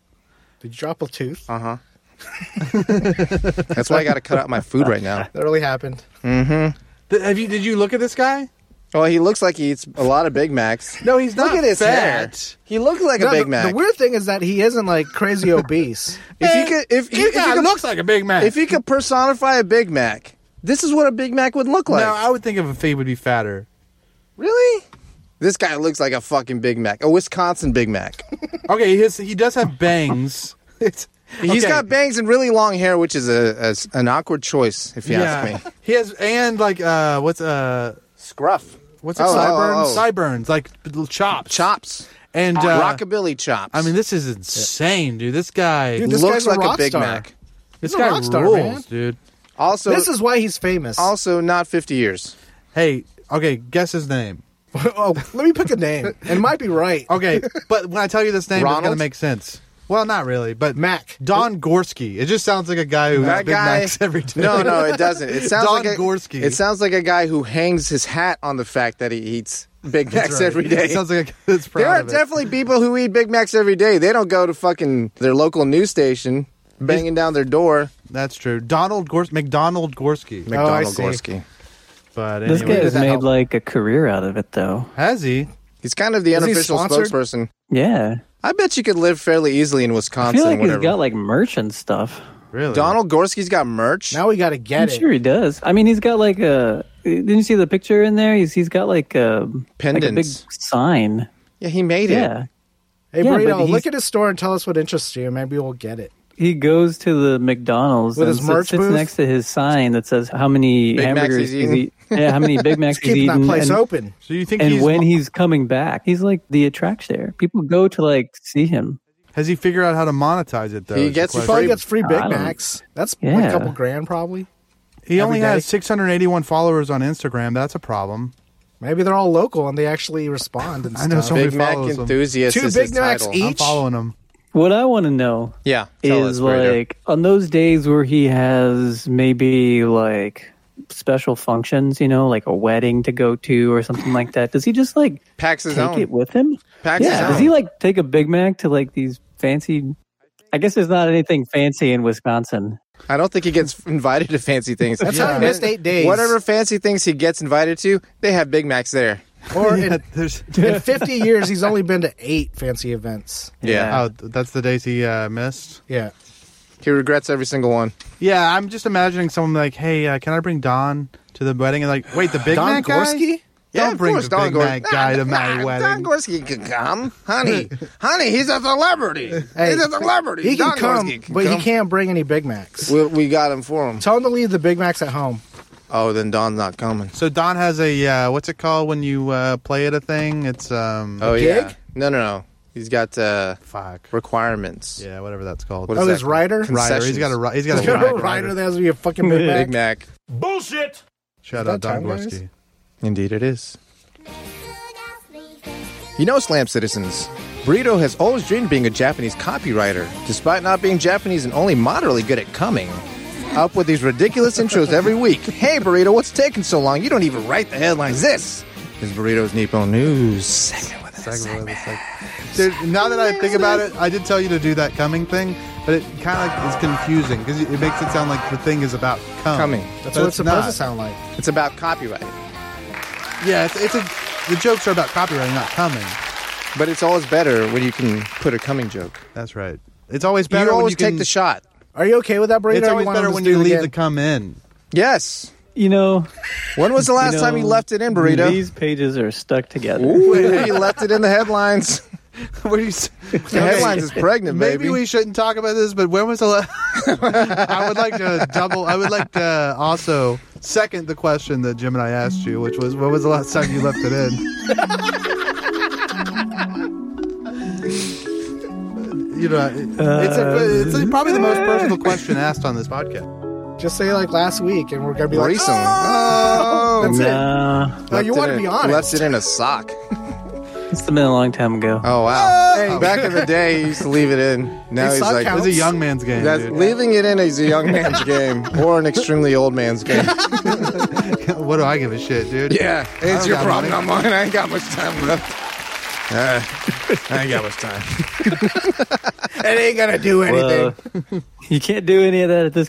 Speaker 6: Did you drop a tooth?
Speaker 1: Uh huh. That's why I got to cut out my food right now.
Speaker 6: That really happened.
Speaker 4: Th- have you? Did you look at this guy?
Speaker 1: (laughs) Well, he looks like he eats a lot of Big Macs.
Speaker 4: No, he's
Speaker 1: Look at his hair. He looks like
Speaker 6: No,
Speaker 1: a Big
Speaker 6: the,
Speaker 1: Mac.
Speaker 6: the weird thing is that he isn't like crazy obese.
Speaker 1: if you could, if, if
Speaker 4: This
Speaker 1: you
Speaker 4: guy
Speaker 1: could,
Speaker 4: Eh, looks like a Big Mac.
Speaker 1: if you could personify a Big Mac, this is what a Big Mac would look like.
Speaker 4: no, I would think of if he would be fatter.
Speaker 1: really? This guy looks like a fucking Big Mac, a Wisconsin Big Mac.
Speaker 4: Okay, his, he does
Speaker 1: (laughs)
Speaker 4: have bangs. It's-
Speaker 1: He's
Speaker 4: okay.
Speaker 1: got bangs and really long hair, which is a, a- an awkward choice, if you ask me.
Speaker 4: He has and like uh, what's uh,
Speaker 1: Scruff,
Speaker 4: what's
Speaker 1: Oh,
Speaker 4: it?
Speaker 1: oh,
Speaker 4: Sideburns.
Speaker 1: oh.
Speaker 4: Sideburns, like little chops.
Speaker 1: chops.
Speaker 4: And uh,
Speaker 1: Rockabilly chops.
Speaker 4: I mean, this is insane, dude. This guy,
Speaker 6: Dude, this
Speaker 1: looks
Speaker 6: guy's a
Speaker 1: like
Speaker 6: rock
Speaker 1: Big
Speaker 6: star.
Speaker 1: Mac.
Speaker 4: this
Speaker 6: he's a
Speaker 4: guy
Speaker 6: rock star,
Speaker 4: rules,
Speaker 6: man.
Speaker 4: dude.
Speaker 1: Also,
Speaker 6: this is why he's famous.
Speaker 1: also not 50 years.
Speaker 4: Hey, okay, guess his name.
Speaker 6: (laughs) oh, let me pick a name. It might be right.
Speaker 1: (laughs)
Speaker 4: Okay, but when I tell you this name, it's gonna
Speaker 1: Ronald?
Speaker 4: make sense. Well, not really, but
Speaker 6: Mac.
Speaker 4: Don Gorski. It just sounds like a guy who has
Speaker 1: That
Speaker 4: Big
Speaker 1: guy.
Speaker 4: Macs every day.
Speaker 1: No, no, it doesn't. It sounds like
Speaker 4: Don
Speaker 1: a,
Speaker 4: Gorski.
Speaker 1: It sounds like a guy who hangs his hat on the fact that he eats Big Macs
Speaker 4: (laughs) That's right.
Speaker 1: every day.
Speaker 4: It sounds like a guy that's proud
Speaker 1: there are
Speaker 4: of it.
Speaker 1: definitely people who eat Big Macs every day. They don't go to fucking their local news station banging down their door.
Speaker 4: That's true. Donald Gors McDonald Gorski.
Speaker 6: I
Speaker 1: McDonald
Speaker 6: see.
Speaker 1: Gorski.
Speaker 4: but
Speaker 5: This
Speaker 4: anyway,
Speaker 5: guy has
Speaker 6: that
Speaker 5: made
Speaker 6: help?
Speaker 5: like a career out of it, though.
Speaker 4: has he?
Speaker 1: He's kind of the
Speaker 6: he
Speaker 1: unofficial
Speaker 6: sponsored?
Speaker 1: spokesperson.
Speaker 5: Yeah,
Speaker 1: I bet you could live fairly easily in
Speaker 5: I
Speaker 1: Wisconsin.
Speaker 5: feel like he's
Speaker 1: whatever.
Speaker 5: got like merch and stuff.
Speaker 4: Really?
Speaker 1: Donald Gorski's got merch.
Speaker 6: Now we got to get
Speaker 5: I'm
Speaker 6: it.
Speaker 5: sure he does. I mean, he's got like a. Didn't you see the picture in there? He's he's got like a like a big
Speaker 1: Pendants.
Speaker 5: sign.
Speaker 1: Yeah, he made it.
Speaker 5: Yeah,
Speaker 6: Hey,
Speaker 5: Yeah, but
Speaker 6: Burrito, look
Speaker 5: he's-
Speaker 6: at his store and tell us what interests you. Maybe we'll get it.
Speaker 5: he goes to the McDonald's
Speaker 6: With
Speaker 5: and
Speaker 6: his
Speaker 5: sit-
Speaker 6: merch
Speaker 5: sits
Speaker 6: booth?
Speaker 5: next to his sign that says how many
Speaker 1: Big Macs he's
Speaker 5: hamburgers he's eat- Yeah, how many
Speaker 6: (laughs)
Speaker 5: Big Macs he's
Speaker 6: Keeping that
Speaker 5: eaten.
Speaker 6: place
Speaker 5: and,
Speaker 6: open.
Speaker 4: So you think
Speaker 5: and
Speaker 4: he's,
Speaker 5: when he's coming back, he's like the attraction there. People go to like see him.
Speaker 4: has he figured out how to monetize it though?
Speaker 1: He
Speaker 4: is the
Speaker 1: gets
Speaker 4: question.
Speaker 6: Probably
Speaker 1: Free-
Speaker 6: gets free Big
Speaker 5: I don't-
Speaker 6: Macs. That's like
Speaker 5: Yeah.
Speaker 6: a couple grand, probably.
Speaker 4: He only
Speaker 6: every
Speaker 4: has
Speaker 6: day.
Speaker 4: 681 followers on Instagram. That's a problem.
Speaker 6: Maybe they're all local and they actually respond and
Speaker 4: I know
Speaker 6: stuff.
Speaker 4: Somebody
Speaker 1: Big Mac
Speaker 4: follows him.
Speaker 1: enthusiast
Speaker 6: Two
Speaker 1: is
Speaker 6: Big
Speaker 1: his
Speaker 6: Macs
Speaker 1: title.
Speaker 6: eat-
Speaker 4: I'm
Speaker 6: Each-
Speaker 4: following him. (laughs)
Speaker 5: What I want to know
Speaker 1: Yeah, tell
Speaker 5: is
Speaker 1: us, Raider.
Speaker 5: like on those days where he has maybe like special functions, you know, like a wedding to go to or something like that. Does he just like
Speaker 1: packs his
Speaker 5: take
Speaker 1: own.
Speaker 5: it with him?
Speaker 1: Packs
Speaker 5: yeah.
Speaker 1: his
Speaker 5: Does
Speaker 1: own.
Speaker 5: he like take a Big Mac to like these fancy? I guess there's not anything fancy in Wisconsin.
Speaker 1: I don't think he gets invited to fancy things.
Speaker 6: That's how he missed eight days.
Speaker 1: Whatever fancy things he gets invited to, they have Big Macs there.
Speaker 6: Or
Speaker 4: Yeah,
Speaker 6: in,
Speaker 4: there's,
Speaker 6: in 50 years, he's only been to eight fancy events.
Speaker 1: Yeah.
Speaker 4: oh, that's the days he uh, missed.
Speaker 6: Yeah.
Speaker 1: He regrets every single one.
Speaker 4: Yeah, I'm just imagining someone like, "Hey, uh, can I bring Don to the wedding?" And like, "Wait, the Big
Speaker 6: Don
Speaker 4: Mac guy?
Speaker 6: Gorski?
Speaker 4: Don't
Speaker 1: of
Speaker 4: bring
Speaker 1: course,
Speaker 4: the
Speaker 1: Don
Speaker 4: Big
Speaker 1: Gor-
Speaker 4: Mac guy to my
Speaker 1: nah,
Speaker 4: wedding."
Speaker 1: Don Gorski can come.
Speaker 6: (laughs)
Speaker 1: Honey, honey, he's a celebrity.
Speaker 6: Hey,
Speaker 1: he's a celebrity.
Speaker 6: He can
Speaker 1: Don
Speaker 6: come,
Speaker 1: Gorski can
Speaker 6: but
Speaker 1: come.
Speaker 6: he can't bring any Big Macs.
Speaker 1: We, we got him for him.
Speaker 6: Tell him to leave the Big Macs at home.
Speaker 1: Oh, then Don's not coming.
Speaker 4: So Don has a uh, what's it called when you uh, play at a thing? It's um,
Speaker 1: Oh,
Speaker 6: gig?
Speaker 1: yeah. No, no, no. He's got uh,
Speaker 4: fuck,
Speaker 1: requirements.
Speaker 4: yeah, whatever that's called.
Speaker 1: What
Speaker 6: Oh,
Speaker 1: is
Speaker 6: his
Speaker 1: that?
Speaker 6: rider?
Speaker 4: rider. He's
Speaker 1: concessions.
Speaker 4: got a ri- he's got a,
Speaker 6: (laughs) He's got a
Speaker 4: rider.
Speaker 6: rider that has to be a fucking Big Mac.
Speaker 1: Big Mac.
Speaker 8: Bullshit!
Speaker 4: Shout
Speaker 6: Is
Speaker 4: out
Speaker 6: that
Speaker 4: Don
Speaker 6: Time Guys?
Speaker 4: Gorski.
Speaker 1: Indeed, it is. You know, Slam Citizens, Burrito has always dreamed of being a Japanese copywriter, despite not being Japanese and only moderately good at coming. Up with these ridiculous intros every week. Hey, Burrito, what's taking so long? You don't even write the headlines. This is Burrito's Nippon News. Second with us.
Speaker 4: Second one, it's like- Dude, now that I think about it, I did tell you to do that coming thing, but it kind of is confusing because it makes it sound like the thing is about cum.
Speaker 1: Coming.
Speaker 4: But
Speaker 6: That's what
Speaker 4: it's
Speaker 6: it's supposed
Speaker 4: not.
Speaker 6: to sound like.
Speaker 1: It's about copyright,
Speaker 4: Yeah, it's, it's a, the jokes are about copywriting, not coming.
Speaker 1: but it's always better when you can put a coming joke.
Speaker 4: That's right. It's always
Speaker 1: You
Speaker 4: better when
Speaker 1: always
Speaker 4: you can,
Speaker 1: take the shot.
Speaker 6: Are you okay with that, Burrito?
Speaker 4: It's
Speaker 6: or
Speaker 4: always
Speaker 6: want
Speaker 4: better
Speaker 6: him to
Speaker 4: when
Speaker 6: do
Speaker 4: you
Speaker 6: it
Speaker 4: leave
Speaker 6: again?
Speaker 4: the cum in.
Speaker 1: Yes.
Speaker 5: You know,
Speaker 1: When was the last
Speaker 5: you
Speaker 1: time you
Speaker 5: know,
Speaker 1: left it in, Burrito?
Speaker 4: (laughs)
Speaker 5: These pages are stuck together.
Speaker 1: Ooh, you left it in the headlines.
Speaker 4: What are you (laughs) s-
Speaker 1: The headlines is pregnant,
Speaker 4: Maybe
Speaker 1: baby.
Speaker 4: we shouldn't talk about this, but when was the last? (laughs) I would like to double. I would like to also second the question that Jim and I asked you, which was, when was the last time you left it in? (laughs) you know, it- it's, a, it's a- probably the most personal question asked on this podcast.
Speaker 6: (laughs) Just say like last week, and we're gonna be like,
Speaker 1: Recently.
Speaker 6: oh, that's it.
Speaker 5: Nah,
Speaker 6: No, you
Speaker 1: Left
Speaker 6: want
Speaker 1: it
Speaker 6: to be
Speaker 1: in-
Speaker 6: honest.
Speaker 1: Left it in a sock.
Speaker 5: it's been a long time ago.
Speaker 1: Oh wow! Back in the day, he used to leave it in. Now
Speaker 6: Hey,
Speaker 1: he's
Speaker 6: sock
Speaker 1: like,
Speaker 4: It
Speaker 6: count.
Speaker 4: was a young man's game.
Speaker 1: that's,
Speaker 4: dude.
Speaker 1: leaving it in is a young man's (laughs) game or an extremely old man's game.
Speaker 4: (laughs) what do I give a shit, dude?
Speaker 1: yeah, it's
Speaker 4: don't
Speaker 1: your
Speaker 4: got
Speaker 1: problem,
Speaker 4: money.
Speaker 1: not mine. I ain't got much time left. Uh, I ain't got much time. it ain't gonna do anything.
Speaker 5: Well, (laughs) you can't do any of that at this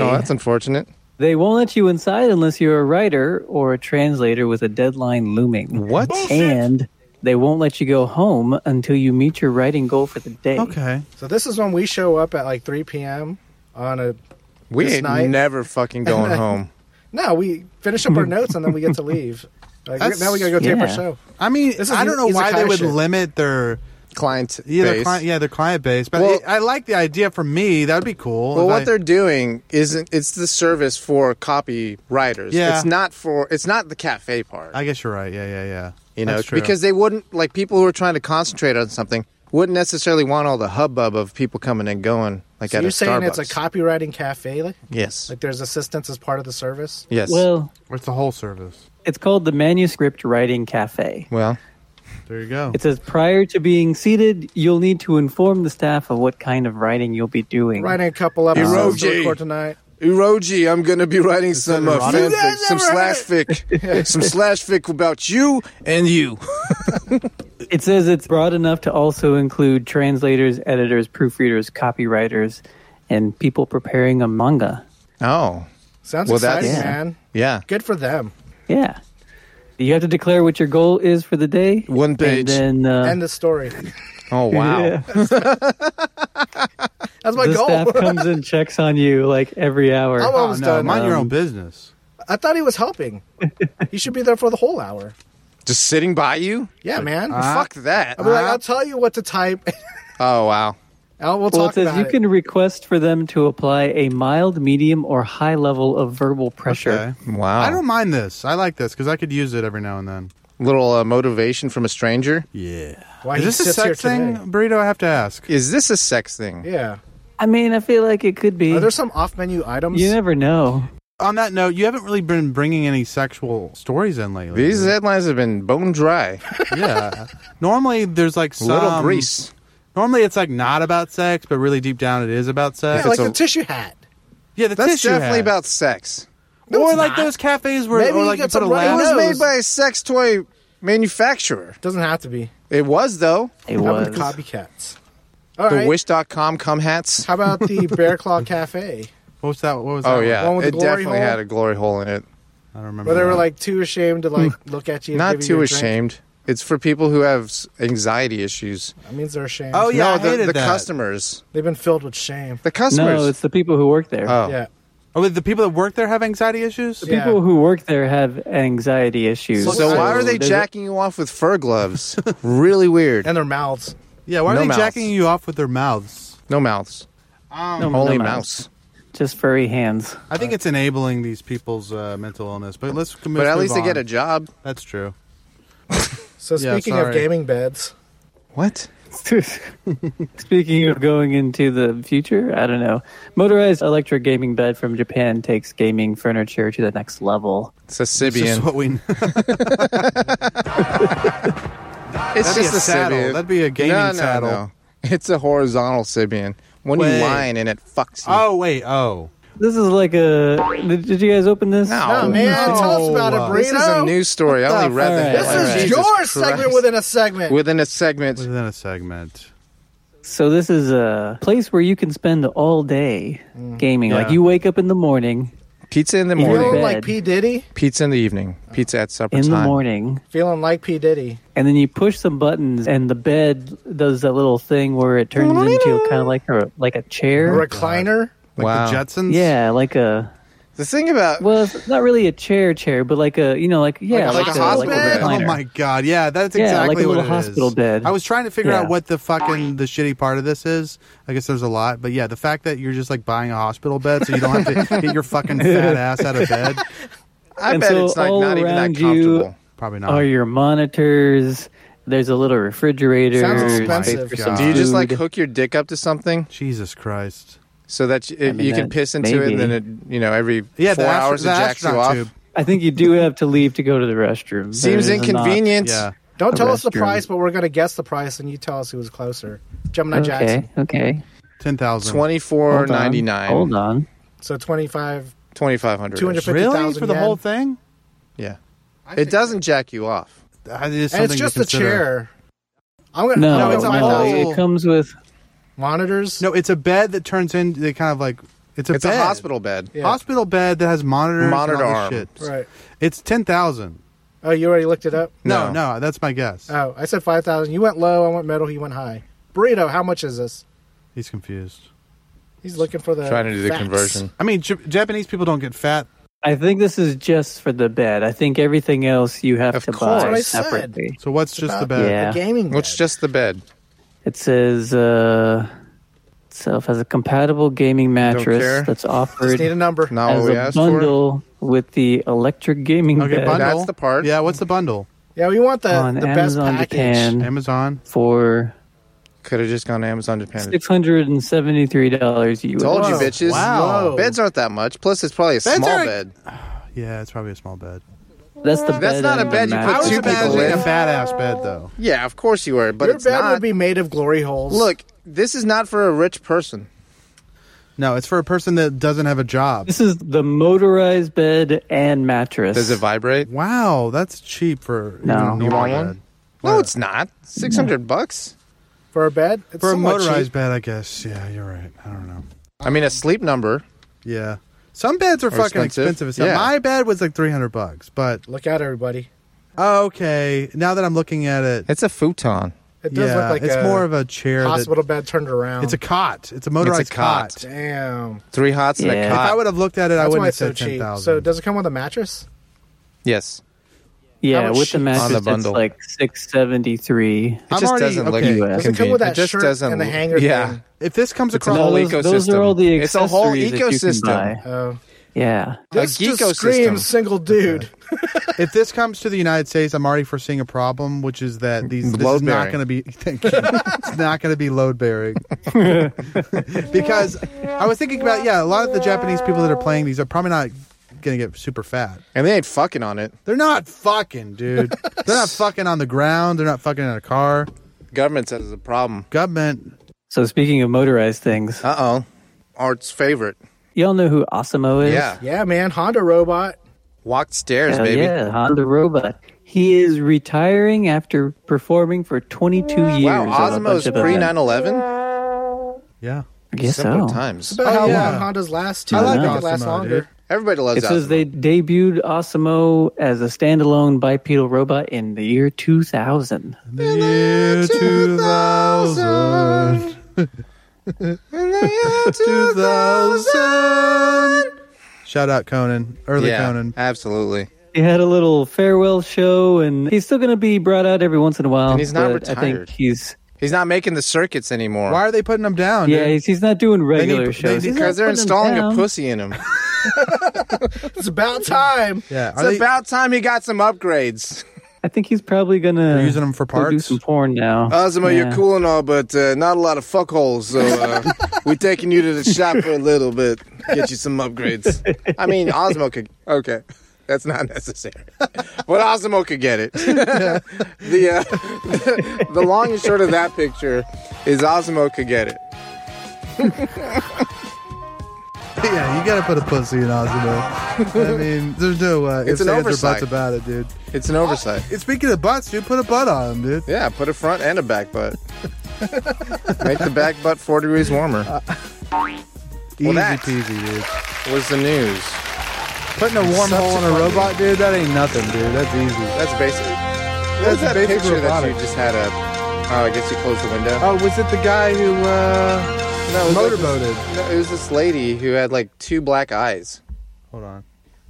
Speaker 1: (laughs) oh, that's unfortunate.
Speaker 5: They won't let you inside unless you're a writer or a translator with a deadline looming.
Speaker 1: What?
Speaker 5: And they won't let you go home until you meet your writing goal for the day.
Speaker 4: Okay.
Speaker 6: So this is when we show up at like 3 p.m. on a
Speaker 1: We
Speaker 6: This
Speaker 1: ain't
Speaker 6: night-
Speaker 1: never fucking going home.
Speaker 6: no. We finish up our notes and then we get to leave. Like,
Speaker 4: That's-
Speaker 6: now we gotta go tape
Speaker 5: yeah.
Speaker 6: our show.
Speaker 4: I mean,
Speaker 6: This is-
Speaker 4: I don't know
Speaker 6: he's a
Speaker 4: why they would
Speaker 6: kaiser.
Speaker 4: limit their
Speaker 1: client
Speaker 4: Yeah, their
Speaker 1: base.
Speaker 4: client, yeah, their client base. But
Speaker 1: Well-
Speaker 4: it- I like the idea. For me, that'd be cool.
Speaker 1: Well,
Speaker 4: if
Speaker 1: what
Speaker 4: I-
Speaker 1: they're doing isn't it's the service for copywriters.
Speaker 4: Yeah.
Speaker 1: It's not for it's not the cafe part.
Speaker 4: I guess you're right. Yeah, yeah, yeah.
Speaker 1: you know,
Speaker 4: That's true.
Speaker 1: because they wouldn't like people who are trying to concentrate on something wouldn't necessarily want all the hubbub of people coming and going like
Speaker 6: So
Speaker 1: at
Speaker 6: you're
Speaker 1: a
Speaker 6: saying
Speaker 1: Starbucks.
Speaker 6: it's a copywriting cafe? Like,
Speaker 1: yes.
Speaker 6: like there's assistance as part of the service?
Speaker 1: yes.
Speaker 5: Well,
Speaker 4: it's the whole service.
Speaker 5: it's called the Manuscript Writing Cafe.
Speaker 1: well,
Speaker 4: There you go.
Speaker 5: It says prior to being seated, you'll need to inform the staff of what kind of writing you'll be doing.
Speaker 6: Writing a couple episodes to
Speaker 1: Hiroji.
Speaker 6: record tonight.
Speaker 1: Uroji, I'm gonna be writing some uh,
Speaker 4: erotic?
Speaker 1: fanfic, some slash
Speaker 6: (laughs)
Speaker 1: fic, some slash fic about you and you.
Speaker 5: It says it's broad enough to also include translators, editors, proofreaders, copywriters, and people preparing a manga.
Speaker 1: Oh,
Speaker 6: Sounds
Speaker 1: Well, that's-
Speaker 6: exciting,
Speaker 5: Yeah.
Speaker 6: man.
Speaker 1: yeah.
Speaker 6: Good for them.
Speaker 5: Yeah. You have to declare what your goal is for the day.
Speaker 1: One page.
Speaker 5: And then, uh,
Speaker 6: End the story.
Speaker 1: Oh wow.
Speaker 5: yeah,
Speaker 6: That's my
Speaker 5: the
Speaker 6: goal.
Speaker 5: staff comes and checks on you like every hour.
Speaker 6: I'm
Speaker 4: oh,
Speaker 6: almost
Speaker 4: no,
Speaker 6: done.
Speaker 4: mind your
Speaker 5: Um,
Speaker 4: own business.
Speaker 6: (laughs) I thought he was helping. he should be there for the whole hour.
Speaker 1: Just sitting by you?
Speaker 6: Yeah, man.
Speaker 1: Fuck that.
Speaker 6: I'll be like, I'll tell you what to type. (laughs)
Speaker 1: oh wow.
Speaker 6: and we'll
Speaker 5: well,
Speaker 6: talk
Speaker 5: it says
Speaker 6: about
Speaker 5: you
Speaker 6: it.
Speaker 5: can request for them to apply a mild, medium, or high level of verbal pressure.
Speaker 4: Okay.
Speaker 1: Wow.
Speaker 4: I don't mind this. I like this because I could use it every now and then.
Speaker 1: little uh, motivation from a stranger.
Speaker 4: Yeah.
Speaker 6: Why
Speaker 4: Is
Speaker 6: he
Speaker 4: this a
Speaker 6: sits here
Speaker 4: sex thing,
Speaker 6: today.
Speaker 4: burrito? I have to ask.
Speaker 1: Is this a sex thing?
Speaker 6: Yeah.
Speaker 5: I mean, I feel like it could be.
Speaker 6: Are there some off-menu items?
Speaker 5: You never know.
Speaker 4: On that note, you haven't really been bringing any sexual stories in lately.
Speaker 1: These headlines have been bone dry.
Speaker 4: (laughs) yeah. Normally, there's like some
Speaker 1: little grease.
Speaker 4: Normally, it's like not about sex, but really deep down, it is about sex.
Speaker 6: yeah, like
Speaker 1: it's a-
Speaker 6: the tissue hat.
Speaker 4: Yeah, the
Speaker 1: That's
Speaker 4: tissue
Speaker 1: definitely
Speaker 4: hat.
Speaker 1: about sex.
Speaker 6: No,
Speaker 4: or
Speaker 6: it's
Speaker 4: like
Speaker 6: not.
Speaker 4: those cafes where,
Speaker 6: Maybe
Speaker 4: or
Speaker 6: you
Speaker 4: like you,
Speaker 6: get
Speaker 4: put a
Speaker 6: some right
Speaker 1: It
Speaker 4: lamp.
Speaker 1: was
Speaker 6: knows?
Speaker 1: made by a sex toy manufacturer.
Speaker 6: Doesn't have to be.
Speaker 1: It was though.
Speaker 5: It
Speaker 6: How about
Speaker 5: was.
Speaker 6: the copycats? All
Speaker 1: The
Speaker 6: right.
Speaker 1: wish.com cum hats.
Speaker 6: How about
Speaker 1: (laughs)
Speaker 6: the Bear Claw Cafe?
Speaker 4: What was that? What was that?
Speaker 1: Oh
Speaker 4: one?
Speaker 1: yeah.
Speaker 6: one with
Speaker 1: It
Speaker 6: the glory
Speaker 1: definitely
Speaker 6: hole?
Speaker 1: had a glory hole in it.
Speaker 4: I don't remember.
Speaker 6: Where they
Speaker 4: that.
Speaker 6: were like too ashamed to like look at you. and
Speaker 1: Hmm. Not
Speaker 6: give you
Speaker 1: too
Speaker 6: your drink.
Speaker 1: ashamed. It's for people who have s- anxiety issues.
Speaker 6: That means they're ashamed.
Speaker 4: Oh, yeah,
Speaker 1: no,
Speaker 4: I
Speaker 1: the,
Speaker 4: hated
Speaker 1: the
Speaker 4: that.
Speaker 1: customers.
Speaker 6: They've been filled with shame.
Speaker 1: The customers.
Speaker 5: No, it's the people who work there.
Speaker 1: oh.
Speaker 6: Yeah.
Speaker 4: oh, wait, the people that work there have anxiety issues.
Speaker 6: Yeah.
Speaker 5: People who work there have anxiety issues.
Speaker 1: So, why are they
Speaker 5: there's a-
Speaker 1: jacking you off with fur
Speaker 6: (laughs)
Speaker 1: gloves? really weird.
Speaker 6: And their mouths.
Speaker 4: Yeah, why are
Speaker 1: No
Speaker 4: they
Speaker 1: mouths.
Speaker 4: jacking you off with their mouths?
Speaker 1: no mouths.
Speaker 5: no,
Speaker 1: Only
Speaker 5: no
Speaker 1: mouse.
Speaker 5: Just furry hands.
Speaker 4: I think it's enabling these people's uh, mental illness. But let's.
Speaker 1: But at least they get a job.
Speaker 4: That's true.
Speaker 6: So
Speaker 4: Yeah,
Speaker 6: speaking
Speaker 4: sorry.
Speaker 6: of gaming beds,
Speaker 1: What?
Speaker 5: (laughs) Speaking of going into the future, I don't know. Motorized electric gaming bed from Japan takes gaming furniture to the next level.
Speaker 1: It's a
Speaker 4: It's just
Speaker 1: Sibian. (laughs)
Speaker 4: what we.
Speaker 1: It's
Speaker 4: That'd be
Speaker 1: just
Speaker 4: a
Speaker 1: a
Speaker 4: saddle.
Speaker 1: Sibian.
Speaker 4: That'd be a gaming
Speaker 1: No, no,
Speaker 4: saddle.
Speaker 1: no. It's a horizontal Sibian. When
Speaker 4: Wait.
Speaker 1: you line and it fucks you.
Speaker 4: oh wait. Oh.
Speaker 5: This is like a. Did, did you guys open this?
Speaker 1: No.
Speaker 6: oh, man,
Speaker 4: no.
Speaker 6: tell us about it,
Speaker 4: This
Speaker 6: burrito.
Speaker 1: this is a news story. I only
Speaker 5: the
Speaker 1: read the
Speaker 5: fuck?
Speaker 1: headline.
Speaker 6: This is
Speaker 1: Jesus
Speaker 6: your
Speaker 1: Christ.
Speaker 6: segment within a segment.
Speaker 1: Within a segment.
Speaker 4: Within a segment.
Speaker 5: So this is a place where you can spend all day
Speaker 1: Mm,
Speaker 5: gaming. Like
Speaker 4: Yeah.
Speaker 5: you wake up in the morning,
Speaker 1: Pizza in the
Speaker 5: You know,
Speaker 1: morning.
Speaker 6: feeling
Speaker 5: bed.
Speaker 6: like P Diddy,
Speaker 1: Pizza in the evening. Pizza at supper
Speaker 5: in
Speaker 1: time.
Speaker 5: the morning,
Speaker 6: feeling like P Diddy.
Speaker 1: Oh,
Speaker 5: and then you push some buttons, and the bed does that little thing where it turns into kind of like a like a chair.
Speaker 6: Recliner.
Speaker 4: Like
Speaker 1: Wow.
Speaker 4: the Jetsons.
Speaker 5: Yeah, like a
Speaker 1: The thing about
Speaker 5: well, it's not really a chair chair, but like a you know, like yeah,
Speaker 1: Like a
Speaker 5: like, a, like a
Speaker 1: hospital bed?
Speaker 5: recliner.
Speaker 4: Oh my god, yeah, that's
Speaker 5: Yeah,
Speaker 4: exactly
Speaker 5: like a
Speaker 4: what
Speaker 5: little
Speaker 4: it is.
Speaker 5: hospital bed.
Speaker 4: I was trying to figure
Speaker 5: Yeah.
Speaker 4: out what the fucking the shitty part of this is. I guess there's a lot, but yeah, the fact that you're just like buying a hospital bed so you don't have to get your fucking fat ass out of bed.
Speaker 1: I
Speaker 5: and
Speaker 1: bet
Speaker 5: so
Speaker 1: it's like
Speaker 5: all
Speaker 1: not even that
Speaker 5: around you-
Speaker 1: comfortable.
Speaker 4: Probably not.
Speaker 5: Are
Speaker 1: Um,
Speaker 5: your monitors? There's a little refrigerator.
Speaker 6: Sounds
Speaker 5: There's
Speaker 6: expensive.
Speaker 5: some
Speaker 1: Do you just like
Speaker 5: food.
Speaker 1: hook your dick up to something
Speaker 4: Jesus Christ.
Speaker 1: so that you, it,
Speaker 5: mean,
Speaker 1: you can
Speaker 5: that-
Speaker 1: piss into it and then it, you know, every
Speaker 4: Yeah,
Speaker 1: four
Speaker 4: the astro-
Speaker 1: hours
Speaker 4: the
Speaker 1: it jacks you
Speaker 4: astronaut
Speaker 1: off?
Speaker 4: tube.
Speaker 5: I think you do have to leave to go to the restroom.
Speaker 1: Seems
Speaker 5: There's not-
Speaker 1: inconvenient.
Speaker 4: Yeah.
Speaker 6: Don't
Speaker 5: A
Speaker 6: tell us the
Speaker 5: restroom.
Speaker 6: price, but we're gonna guess the price, and you tell us who was closer. Gemini Jackson.
Speaker 5: Okay. Okay.
Speaker 4: Ten thousand.
Speaker 1: Twenty four
Speaker 5: Hold on.
Speaker 1: ninety nine.
Speaker 5: Hold on.
Speaker 6: So twenty-five.
Speaker 1: Twenty five hundred.
Speaker 6: 250
Speaker 4: Really?
Speaker 6: 50,000
Speaker 4: For the
Speaker 6: yen.
Speaker 4: whole thing?
Speaker 1: Yeah. It doesn't jack you off.
Speaker 4: That is
Speaker 6: And
Speaker 4: something
Speaker 6: it's
Speaker 4: to
Speaker 6: just the
Speaker 4: consider.
Speaker 6: chair. I'm gonna.
Speaker 5: No,
Speaker 6: No, it's a
Speaker 5: no,
Speaker 6: whole-
Speaker 4: whole-
Speaker 5: it comes with.
Speaker 6: monitors.
Speaker 4: No, it's a bed that turns into they kind of like it's a
Speaker 1: It's
Speaker 4: bed.
Speaker 1: a hospital bed.
Speaker 6: Yeah.
Speaker 4: hospital bed that has monitors.
Speaker 1: Monitor
Speaker 4: and all this
Speaker 1: arm.
Speaker 4: Shit.
Speaker 6: Right.
Speaker 4: It's ten thousand.
Speaker 6: Oh, you already looked it up.
Speaker 4: No,
Speaker 1: No.
Speaker 4: no, that's my guess.
Speaker 6: Oh, I said five thousand. You went low. I went middle. You went high. Burrito, how much is this?
Speaker 4: He's confused.
Speaker 6: He's looking for the
Speaker 1: Trying to do the
Speaker 6: facts.
Speaker 1: conversion.
Speaker 4: I mean, J- Japanese people don't get fat.
Speaker 5: I think this is just for the bed. I think everything else you have
Speaker 1: Of
Speaker 5: to
Speaker 1: course.
Speaker 6: That's
Speaker 5: buy
Speaker 6: what I said.
Speaker 5: separately.
Speaker 4: So what's just the
Speaker 6: about-
Speaker 4: bed?
Speaker 5: Yeah.
Speaker 6: The gaming.
Speaker 1: Well, it's
Speaker 6: bed.
Speaker 1: just the bed.
Speaker 5: It says uh, itself has a compatible gaming
Speaker 4: care.
Speaker 5: mattress that's
Speaker 6: Just need a
Speaker 5: offered
Speaker 6: number.
Speaker 1: Not
Speaker 5: as
Speaker 1: what we
Speaker 5: a
Speaker 1: asked for.
Speaker 5: bundle with the electric gaming
Speaker 4: Okay,
Speaker 5: bed
Speaker 4: bundle.
Speaker 1: That's the part.
Speaker 4: Yeah, what's the bundle?
Speaker 6: Yeah, we want the,
Speaker 5: on
Speaker 6: the best
Speaker 5: Amazon
Speaker 6: package.
Speaker 5: Japan
Speaker 4: Amazon.
Speaker 5: for
Speaker 1: Could have just gone to Amazon Japan.
Speaker 5: six hundred and seventy-three dollars US.
Speaker 1: Told you,
Speaker 6: Whoa.
Speaker 1: bitches.
Speaker 4: Wow.
Speaker 6: Whoa.
Speaker 1: Beds aren't that much. Plus, it's probably a
Speaker 4: Beds
Speaker 1: small
Speaker 4: aren't-
Speaker 1: bed.
Speaker 4: Yeah, it's probably a small bed.
Speaker 5: That's the
Speaker 1: That's
Speaker 5: bed
Speaker 1: not a
Speaker 5: and the
Speaker 1: bed you put
Speaker 5: mattress.
Speaker 1: two
Speaker 4: Two
Speaker 1: people
Speaker 4: people
Speaker 1: in.
Speaker 4: a badass bed though.
Speaker 1: Yeah, of course you are, but
Speaker 6: Your
Speaker 1: it's
Speaker 6: bed
Speaker 1: not.
Speaker 6: would be made of glory holes.
Speaker 1: Look, this is not for a rich person.
Speaker 4: No, it's for a person that doesn't have a job.
Speaker 5: This is the motorized bed and mattress.
Speaker 1: Does it vibrate?
Speaker 4: Wow, that's cheap for
Speaker 5: No.
Speaker 4: even a
Speaker 5: You
Speaker 4: normal
Speaker 1: want one?
Speaker 4: bed.
Speaker 1: No, it's not. Six hundred bucks.
Speaker 6: for a bed, it's
Speaker 4: For a
Speaker 6: somewhat
Speaker 4: motorized
Speaker 6: cheap.
Speaker 4: bed, I guess. Yeah, you're right. I don't know.
Speaker 1: I mean, a sleep number.
Speaker 4: Yeah. Some beds are, fucking
Speaker 1: expensive.
Speaker 4: expensive as hell.
Speaker 1: Yeah.
Speaker 4: My bed was like 300 bucks, but
Speaker 6: Look out, everybody!
Speaker 4: okay, now that I'm looking at it,
Speaker 1: It's a futon.
Speaker 6: It does
Speaker 4: yeah,
Speaker 6: look like
Speaker 4: it's
Speaker 6: a
Speaker 4: more of a chair that-
Speaker 6: hospital bed turned around.
Speaker 4: it's a cot. It's a motorized
Speaker 1: cot.
Speaker 4: cot. If
Speaker 6: damn.
Speaker 1: Three hots and a
Speaker 5: Yeah.
Speaker 1: cot.
Speaker 4: I would have looked at it, I
Speaker 6: That's
Speaker 4: wouldn't
Speaker 6: why
Speaker 4: have
Speaker 6: it's so
Speaker 4: said
Speaker 6: cheap.
Speaker 4: 10,000.
Speaker 6: So does it come with a mattress?
Speaker 1: yes.
Speaker 5: Yeah,
Speaker 1: Oh,
Speaker 6: much
Speaker 5: with the
Speaker 6: sheets?
Speaker 5: mattress,
Speaker 1: On the
Speaker 5: it's
Speaker 1: bundle.
Speaker 5: like six seventy-three.
Speaker 1: It
Speaker 4: I'm
Speaker 1: just
Speaker 4: already-
Speaker 1: doesn't look.
Speaker 4: okay. Does it
Speaker 6: Does it come
Speaker 5: Convenient.
Speaker 6: with
Speaker 1: It
Speaker 6: that
Speaker 1: just
Speaker 6: shirt
Speaker 1: doesn't
Speaker 6: and the
Speaker 1: look-
Speaker 6: hanger
Speaker 1: yeah.
Speaker 6: thing?
Speaker 4: if this comes
Speaker 1: a
Speaker 4: across
Speaker 1: whole
Speaker 5: those, Those are
Speaker 1: ecosystem.
Speaker 5: all the
Speaker 1: It's a whole
Speaker 5: accessories that you can
Speaker 1: ecosystem.
Speaker 5: buy.
Speaker 6: Oh,
Speaker 5: Yeah.
Speaker 6: this
Speaker 1: a
Speaker 6: just
Speaker 1: geekosystem.
Speaker 6: screams single dude.
Speaker 4: (laughs) if this comes to the United States, I'm already foreseeing a problem, which is that these this is
Speaker 1: Load
Speaker 4: not
Speaker 1: bearing.
Speaker 4: going to be. (laughs) Thank you. it's not going to be load
Speaker 6: (laughs)
Speaker 4: bearing because I was thinking about yeah, a lot of the Japanese people that are playing these are probably not going to get super fat.
Speaker 1: And they ain't fucking on it.
Speaker 4: They're not fucking, dude. They're not fucking on the ground. They're not fucking in a car.
Speaker 1: Government says it's a problem.
Speaker 4: Government.
Speaker 5: So speaking of motorized things,
Speaker 1: Uh oh. Art's favorite.
Speaker 5: y'all know who Osimo is?
Speaker 1: Yeah.
Speaker 6: Yeah, man, Honda robot.
Speaker 1: Walked stairs,
Speaker 5: Hell
Speaker 1: baby.
Speaker 5: yeah, Honda Robot. He is retiring after performing for 22 years.
Speaker 1: Wow,
Speaker 5: on a bunch
Speaker 1: Osmo's
Speaker 5: of uh,
Speaker 1: pre
Speaker 5: events.
Speaker 1: 9 11?
Speaker 4: Yeah.
Speaker 5: I guess
Speaker 1: Simple
Speaker 5: so.
Speaker 1: times.
Speaker 6: About
Speaker 4: Oh,
Speaker 6: how
Speaker 4: yeah.
Speaker 6: long Hondas last? Too.
Speaker 4: I like
Speaker 6: think it lasts
Speaker 4: Osmo,
Speaker 6: longer.
Speaker 4: dude.
Speaker 1: Everybody loves
Speaker 5: It
Speaker 1: Osmo.
Speaker 5: says they debuted Osmo as a standalone bipedal robot in the year 2000.
Speaker 4: The year 2000.
Speaker 1: In (laughs)
Speaker 5: (laughs)
Speaker 1: the year
Speaker 4: 2000. Shout out Conan. Early
Speaker 1: yeah,
Speaker 4: Conan.
Speaker 1: absolutely.
Speaker 5: He had a little farewell show, and he's still going to be brought out every once in a while.
Speaker 1: And he's not
Speaker 5: but I
Speaker 1: retired.
Speaker 5: think he's
Speaker 1: He's not making the circuits anymore.
Speaker 4: Why are they putting them down?
Speaker 5: yeah,
Speaker 4: dude?
Speaker 5: he's, he's not doing regular
Speaker 4: they
Speaker 5: shows
Speaker 4: need-
Speaker 5: He's
Speaker 1: Because
Speaker 5: not
Speaker 1: they're
Speaker 5: putting
Speaker 1: installing
Speaker 5: them
Speaker 1: a
Speaker 5: down.
Speaker 1: pussy
Speaker 5: (laughs)
Speaker 1: in him.
Speaker 6: It's about time.
Speaker 4: Yeah.
Speaker 1: It's about time he got some upgrades.
Speaker 5: I think he's probably going to
Speaker 4: using them for
Speaker 5: go do
Speaker 4: parts?
Speaker 5: some porn now.
Speaker 1: Osmo,
Speaker 5: Yeah.
Speaker 1: you're cool and all, but uh, not a lot of fuckholes. So uh, we're taking you to the shop for a little bit, get you some upgrades. I mean, Osmo could. Okay, that's not necessary, (laughs) but Osmo could get it. (laughs) the, uh, (laughs) the long and short of that picture is Osmo could get it.
Speaker 4: (laughs) Yeah, you gotta put a pussy in (laughs) Ozimo. I mean, there's no uh,
Speaker 1: It's
Speaker 4: ifs,
Speaker 1: an
Speaker 4: ands, or
Speaker 1: oversight.
Speaker 4: buts about it, dude.
Speaker 1: It's an oversight.
Speaker 4: And speaking of butts, dude, put a butt on him, dude.
Speaker 1: Yeah, put a front and a back butt. Make the back butt four degrees warmer.
Speaker 4: Easy
Speaker 1: that's-
Speaker 4: peasy, dude.
Speaker 1: was the news.
Speaker 4: Putting a warm hole in a
Speaker 1: Subsequently-
Speaker 4: robot, dude, that ain't nothing, dude. That's easy.
Speaker 1: That's basic. That's that
Speaker 4: basic
Speaker 1: picture that you
Speaker 4: robotic.
Speaker 1: just had up. Oh, I guess you closed the window.
Speaker 4: Oh, was it the guy who uh,
Speaker 1: No, it was like
Speaker 4: motorboated?
Speaker 1: this- no, it was this lady who had like two black eyes.
Speaker 4: Hold on.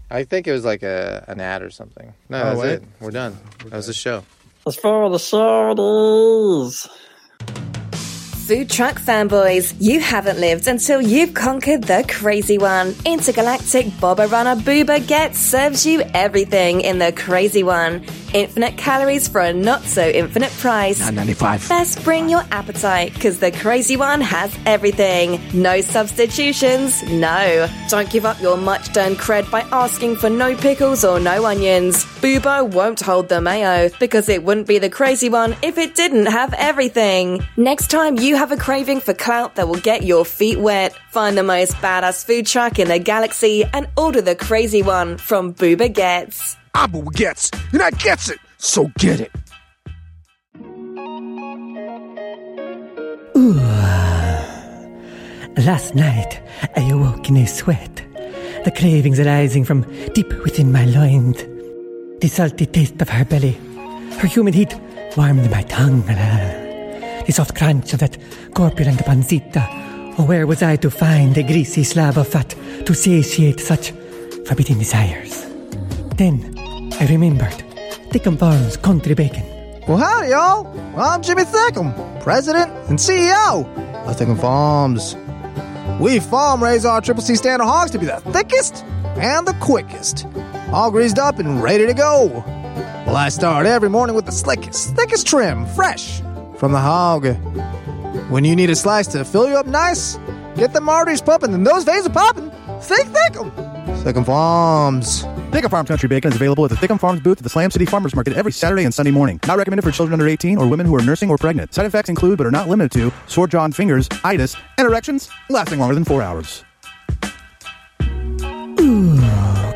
Speaker 1: I think it was like a an ad or something. No,
Speaker 4: Oh,
Speaker 1: that's
Speaker 4: wait.
Speaker 1: it. We're done. That was the show.
Speaker 5: As far as the show is.
Speaker 3: Food truck fanboys, you haven't lived until you've conquered the crazy one. Intergalactic Boba Runner Booba Get serves you everything in the crazy one. Infinite calories for a not so infinite price.
Speaker 9: 995.
Speaker 3: Best bring your appetite because the crazy one has everything. No substitutions, no. Don't give up your much done cred by asking for no pickles or no onions. Boobo won't hold the mayo because it wouldn't be the crazy one if it didn't have everything. Next time you have a craving for clout that will get your feet wet, find the most badass food truck in the galaxy and order the crazy one from Booba Gets.
Speaker 10: Abu gets, and I gets it, so get it.
Speaker 11: Last night, I awoke in a sweat, the cravings arising from deep within my loins. The salty taste of her belly, her humid heat warmed my tongue. The soft crunch of that corpulent pancita. Oh, where was I to find a greasy slab of fat to satiate such forbidding desires? Then I remembered Dickon Farms country bacon.
Speaker 1: Well, howdy, y'all. Well, I'm Jimmy Thackum,
Speaker 6: president and CEO of Thicken Farms. We farm raise our Triple C standard hogs to be the thickest and the quickest, all greased up and ready to go. Well, I start every morning with the slickest, thickest trim, fresh from the hog. When you need a slice to fill you up nice, get them arteries pumping and those veins are popping. Thick, thick 'em. Thicken Farms.
Speaker 12: Thick'em Farms Country Bacon is available at the Thick'em Farms booth at the Slam City Farmers Market every Saturday and Sunday morning. Not recommended for children under 18 or women who are nursing or pregnant. Side effects include, but are not limited to, sore jaw and fingers, itis, and erections lasting longer than four hours.
Speaker 11: Oh,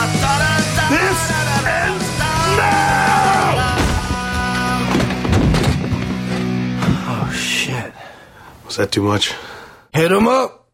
Speaker 2: This ends now!
Speaker 13: Was that too much? Hit him up!